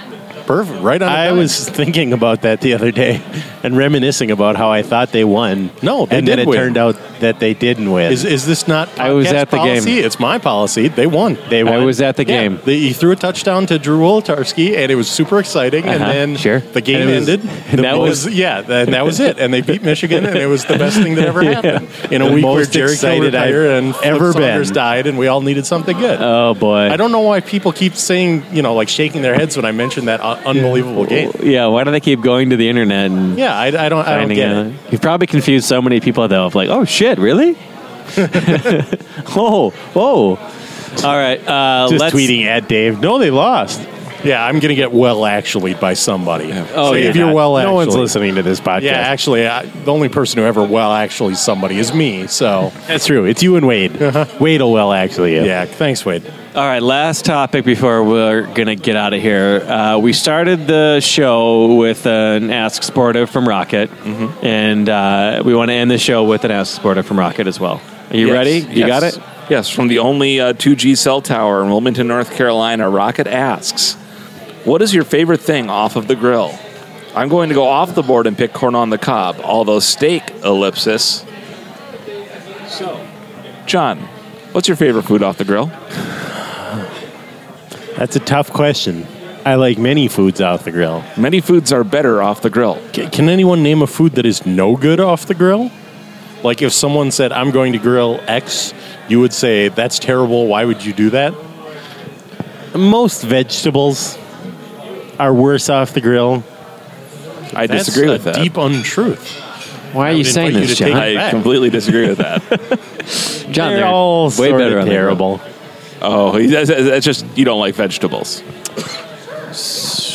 Perfect, right on.
I was thinking about that the other day and reminiscing about how I thought they won. No,
they
and then
did
it
win.
turned out that they didn't win.
Is, is this not?
I was
podcast
at the game.
policy? It's my policy. They won. They
I was at the game.
They, he threw a touchdown to Drew Wolotarski, and it was super exciting.
Uh-huh,
And then
sure.
the game
And it was-
ended.
and
The-
that
it
was-
yeah, and that was it. And they beat Michigan, and it was the best thing that ever
Yeah.
happened in a
The
week where
most
Jerry Kill
excited I've
retired and Flip
ever
Saunders
been.
died, and we all needed something good.
Oh boy!
I don't know why people keep saying you know like shaking their heads when I mention that uh, unbelievable game.
Yeah, why do they keep going to the internet and
Yeah, I, I don't. I don't
finding
get
out?
it.
You've probably confused so many people though of like, oh shit, really? oh, oh. All right. Uh,
Just
let's,
tweeting
at Dave. No, they lost.
Oh, Yeah, I'm gonna get well actually by somebody.
Oh,
So
you're
if you're
not.
well,
No one's
actually-
listening to this podcast.
Yeah, actually, I, the only person who ever well actually somebody is me. So Uh-huh.
that's true. It's you and Wade. Wade will well actually.
Yeah. Thanks, Wade.
All right, last topic before we're going to get out of here. Uh, we started the show with an Ask Sportive from Rocket, and uh, we want to end the show with an Ask Sportive from Rocket as well. Are you
Yes,
ready? You got
yes.
it?
Yes, from the only uh, 2G cell tower in Wilmington, North Carolina, Rocket asks, What is your favorite thing off of the grill? I'm going to go off the board and pick corn on the cob, although steak, ellipsis.
So,
John, what's your favorite food off the grill?
That's a tough question. I like many foods off the grill.
Many foods are better off the grill.
C- can anyone name a food that is no good off the grill? Like if someone said, "I'm going to grill X," you would say, "That's terrible. Why would you do that?"
Most vegetables are worse off the grill.
I
That's
disagree
a
with that.
Deep untruth.
Why
I would invite you to take it
I
back.
completely disagree with that.
John,
They're they're all way sorta better on the grill. terrible.
Oh, he- that's, that's just you don't like vegetables.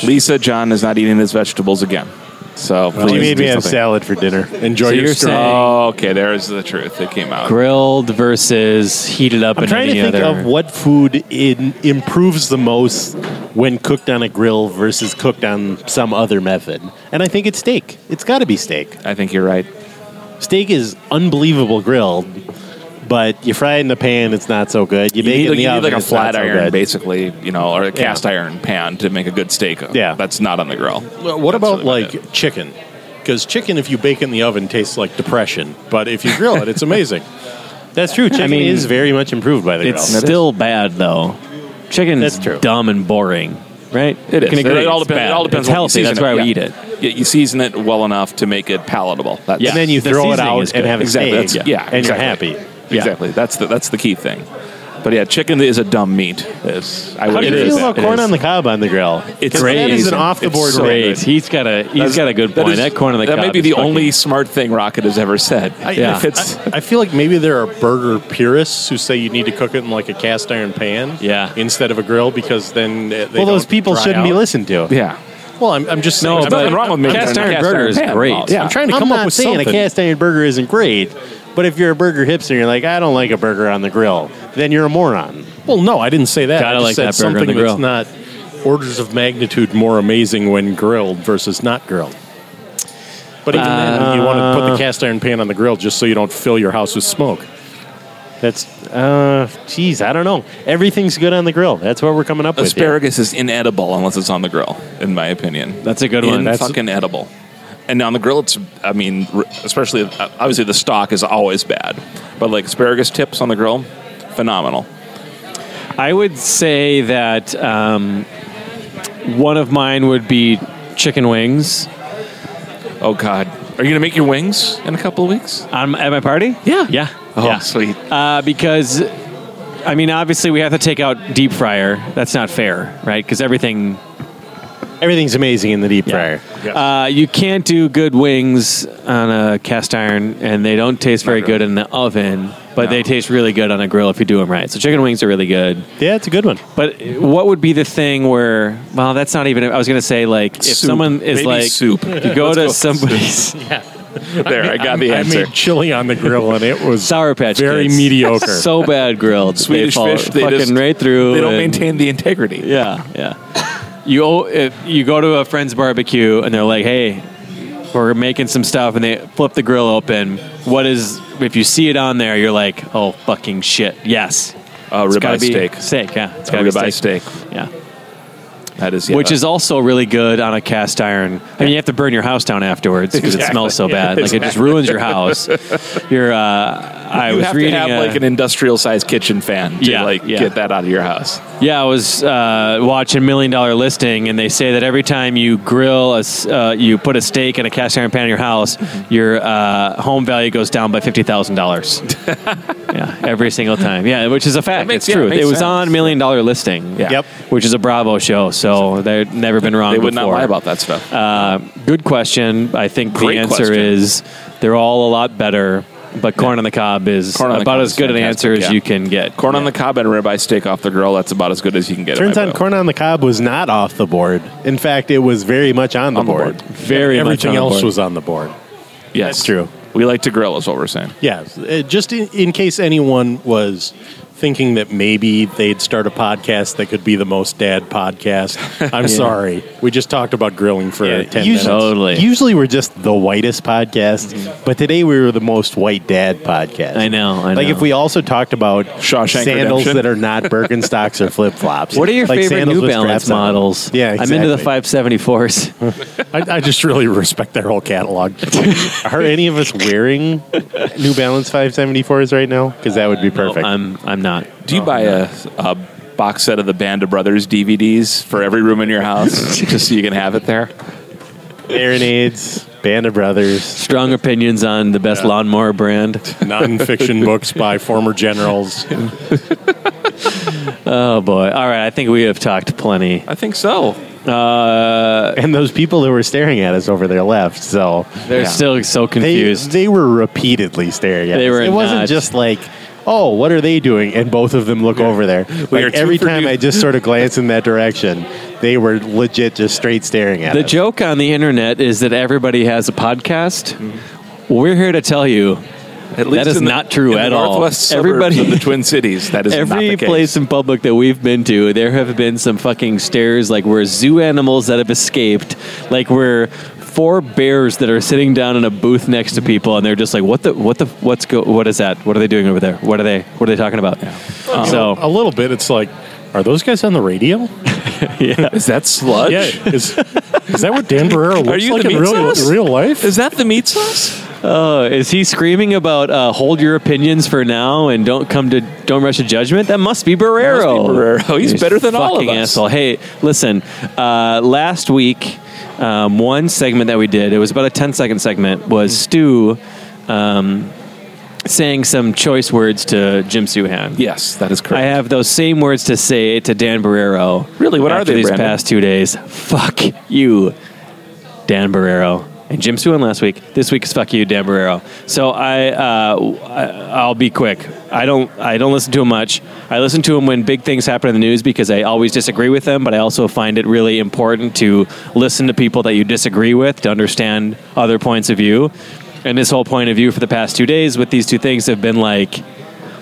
Lisa, John is not eating his vegetables again. So
Well, you
please
made
do
me have
something.
salad for dinner.
Enjoy
So your you're straw. saying-
Oh, okay, there's the truth. It came out.
grilled versus heated up
I'm
and
trying to
any
think
other.
of what food in, improves the most when cooked on a grill versus cooked on some other method. And I think it's steak. It's got to be steak.
I think you're right.
Steak is unbelievable grilled, but you fry it in the pan, it's not so good. You,
You
bake
need,
it in the
you need
oven,
like a
it's not
flat
so
iron,
good.
basically, you know, or a cast iron pan to make a good steak.
Yeah.
that's not on the grill.
Well, what about like chicken? Because chicken, if you bake it in the oven, tastes like depression. But if you grill it, it's amazing.
That's true. Chicken
mean,
is very much improved by the grill.
it's still bad though. Chicken is dumb and boring, right?
It is.
Can
It,
agree,
all
it's
depends. It
bad.
all depends.
It's
on what you
healthy.
season
That's
it.
why we
Yeah.
eat it.
Yeah, you season it well enough to make it palatable. That's,
Yeah. And then you The throw it seasoning out is good. and have a
exactly.
steak,
That's- yeah,
and you're
exactly.
happy. Yeah.
Exactly. That's the that's the key thing. But yeah, chicken is a dumb meat. Is I
How
would
do
agree
you
with
feel
that.
about
It
corn
is.
on the cob on the grill?
It's
That
great.
is an off the board
It's so
rate.
good.
He's got a he's
That's-
got a good point.
is-
That, corner of the
that may
cob
be
is
the
fucking-
only smart thing Rocket has ever said.
I,
yeah,
if it's, I, I feel like maybe there are burger purists who say you need to cook it in like a cast iron pan, yeah, instead of a grill because then uh, they
Well, those
don't
people
dry
shouldn't be
out.
listened to.
Yeah.
Well, I'm, I'm just saying,
No,
there's
but
nothing wrong with making
cast
it in a
iron burger is
pan.
great.
Yeah. I'm trying to
I'm
come
not
up with
saying
something.
a cast iron burger isn't great, but if you're a burger hipster, and you're like, I don't like a burger on the grill, then you're a moron.
well, no, I didn't say that.
Gotta
I just said
like that burger
something
on the grill.
that's not orders of magnitude more amazing when grilled versus not grilled. But even then,
Uh,
you want to put the cast iron pan on the grill just so you don't fill your house with smoke.
That's, uh, geez, I don't know. Everything's good on the grill. That's what we're coming up with. here.
Asparagus is inedible unless it's on the grill, in my opinion.
That's a good one.
In-
That's-
fucking edible. And on the grill, it's, I mean, r- especially, uh, obviously the stock is always bad. But like asparagus tips on the grill, phenomenal.
I would say that um, one of mine would be chicken wings.
Oh God, are you gonna make your wings in a couple of weeks?
Um, at my party? Yeah, yeah.
Oh,
yeah.
sweet.
Uh, because, I mean, obviously we have to take out deep fryer. That's not fair, right? Because everything
Everything's amazing in the deep fryer.
Uh, you can't do good wings on a cast iron, and they don't taste very good in the oven, but they taste really good on a grill if you do them right. So chicken wings are really good.
Yeah, it's a good one.
But what would be the thing where? Well, that's not even. I was going to say like if
Soup.
someone is
Maybe
like
soup.
you go
Let's go
to
with soup.
somebody's
Yeah.
There, I got the
I
answer.
made chili on the grill and it was
sour patch
very
Kids.
mediocre.
so bad grilled. that
Swedish
they fall
fish, they
fucking
just-
right through.
they don't
and-
maintain the integrity.
Yeah, yeah. You o- if you go to a friend's barbecue and they're like, "Hey, we're making some stuff," and they flip the grill open. What is if you see it on there, you're like, "Oh fucking shit!" Yes,
Uh,
It's
ribeye
gotta be
steak.
steak. Yeah, it's
A
gotta be
ribeye steak.
Yeah,
That is yeah,
which is also really good on a cast iron. I mean, you have to burn your house down afterwards because it
Exactly.
smells so
Yeah,
bad. Like it just
exactly.
ruins your house. You're. Uh, I
you
was
have
reading
to have
a-
like an industrial sized kitchen fan to
Yeah,
like
yeah.
get that out of your house.
Yeah, I was uh, watching Million Dollar Listing, and they say that every time you grill, a, s- uh, you put a steak in a cast iron pan in your house, your uh, home value goes down by fifty thousand dollars. yeah, every single time. Yeah, which is a fact. it's
makes- yeah, it
true.
makes
it was
sense.
on Million Dollar Listing.
Yeah. Yep.
Which is a Bravo show, so they've never been wrong.
They would not
before.
lie about that stuff.
Uh, good question. I think
Great
the answer
question.
is they're all a lot better, but corn on the cob is
Corn on the
about
cob
as
is
good an
fantastic,
answer as
yeah.
you can get.
Corn on the cob and ribeye steak off the grill. That's about as good as you can get. in
Turns
my
out
book.
corn on the cob was not off the board. In fact, it was very much on the,
On the
board.
board.
Very much
Everything
on the
else
board.
was on the board.
Yes,
That's true.
We like to grill, is what we're saying.
Yeah, uh, just in, in case anyone was thinking that maybe they'd start a podcast that could be the most dad podcast. I'm
Yeah.
sorry. We just talked about grilling for
Yeah, usually-
10 minutes.
Totally. Mm-hmm.
Usually we're just the whitest podcast, but today we were the most white dad podcast.
I know. I
like
know.
if we also talked about
Shawshank
sandals
Redemption.
that are not Birkenstocks or flip flops.
What are your favorite
sandals
New
with
Balance
straps on them.
models?
Yeah, exactly. Hmm.
I'm into the 574s.
I, I just really respect their whole catalog. Are any of us wearing New Balance 574s right now? Because that would be perfect.
I'm I'm not.
Do you buy a, a box set of the Band of Brothers DVDs for every room in your house just so you can have it there?
Marinades, Band of Brothers,
Strong opinions on the best lawnmower brand.
nonfiction books by former generals.
Oh boy! All right, I think we have talked plenty.
I think so.
Uh,
and those people who were staring at us over their left. So
they're
Yeah.
still so
they,
confused.
they were repeatedly staring at
They
us.
were
it wasn't
not-
just like, oh, what are they doing? And both of them look over there.
We are
Like
two
every
for
time
you.
I just sort of glance in that direction, they were legit just straight staring at
the
us.
joke on the internet is that everybody has a podcast.
Mm-hmm.
We're here to tell you
At least
is
in the-
not true
in the
at all.
northwest suburbs
Everybody-
of the Twin Cities. That is not
every
the case.
place in public that we've been to, there have been some fucking stares like we're zoo animals that have escaped, like we're four bears that are sitting down in a booth next to people, and they're just like, "What the? What the? What's go? What is that? What are they doing over there? What are they? What are they talking about?"
a
So
little bit. It's like, are those guys on the radio?
is that sludge?
Yeah, is, is that what Dan Barrera looks
Are you
like
the
in
meat
real,
sauce?
real life?
Is that the meat sauce?
uh, is he screaming about uh, hold your opinions for now and don't come to don't rush to judgment? That must be Barrero.
Barrero. He's better than all of
fucking
us.
Asshole. Hey, listen. Uh, last week, um, one segment that we did, it was about a 10 second segment,
Mm.
was Stu um, saying some choice words to Jim Suhan.
Yes, that is
I
correct.
have those same words to say to Dan Barrero.
Really? What are
after
they,
These
Brandon?
past two days, fuck you, Dan Barrero, and Jim Suhan last week. This week is fuck you, Dan Barrero. So I, uh, I- I'll be quick. I don't, I don't listen to him much. I listen to him when big things happen in the news because I always disagree with them. But I also find it really important to listen to people that you disagree with to understand other points of view. And his whole point of view for the past two days with these two things have been like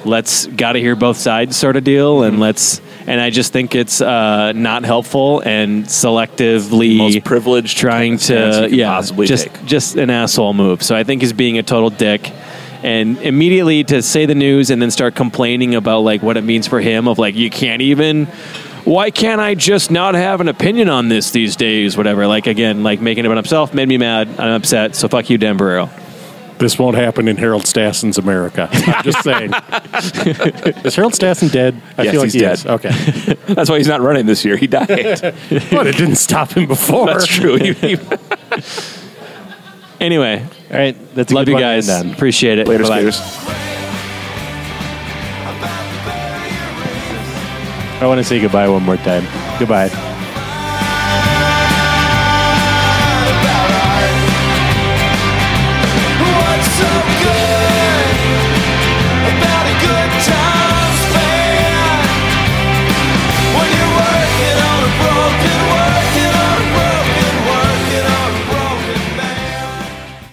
let's got to hear both sides sort of deal
Mm-hmm.
and let's and i just think it's uh, not helpful and selectively
Most privileged
trying
stance you
to
could
yeah
possibly
just
take.
just an asshole move so i think he's being a total dick and immediately to say the news and then start complaining about like what it means for him of like you can't even why can't i just not have an opinion on this these days whatever like again like making it about himself made me mad i'm upset so fuck you denver
This won't happen in Harold Stassen's America. I'm just saying. Is Harold Stassen dead? I
Yes,
feel like
he's
he
dead.
is. Okay.
That's why he's not running this year. He died.
but it didn't stop him before.
That's true. You- you-
Anyway,
all right. That's
love you guys. Appreciate it.
Later,
Bye-bye.
skaters.
I want to say goodbye one more time. Goodbye.
What's so good about a good time span? When you're working on a broken, working on a broken, working on a broken man.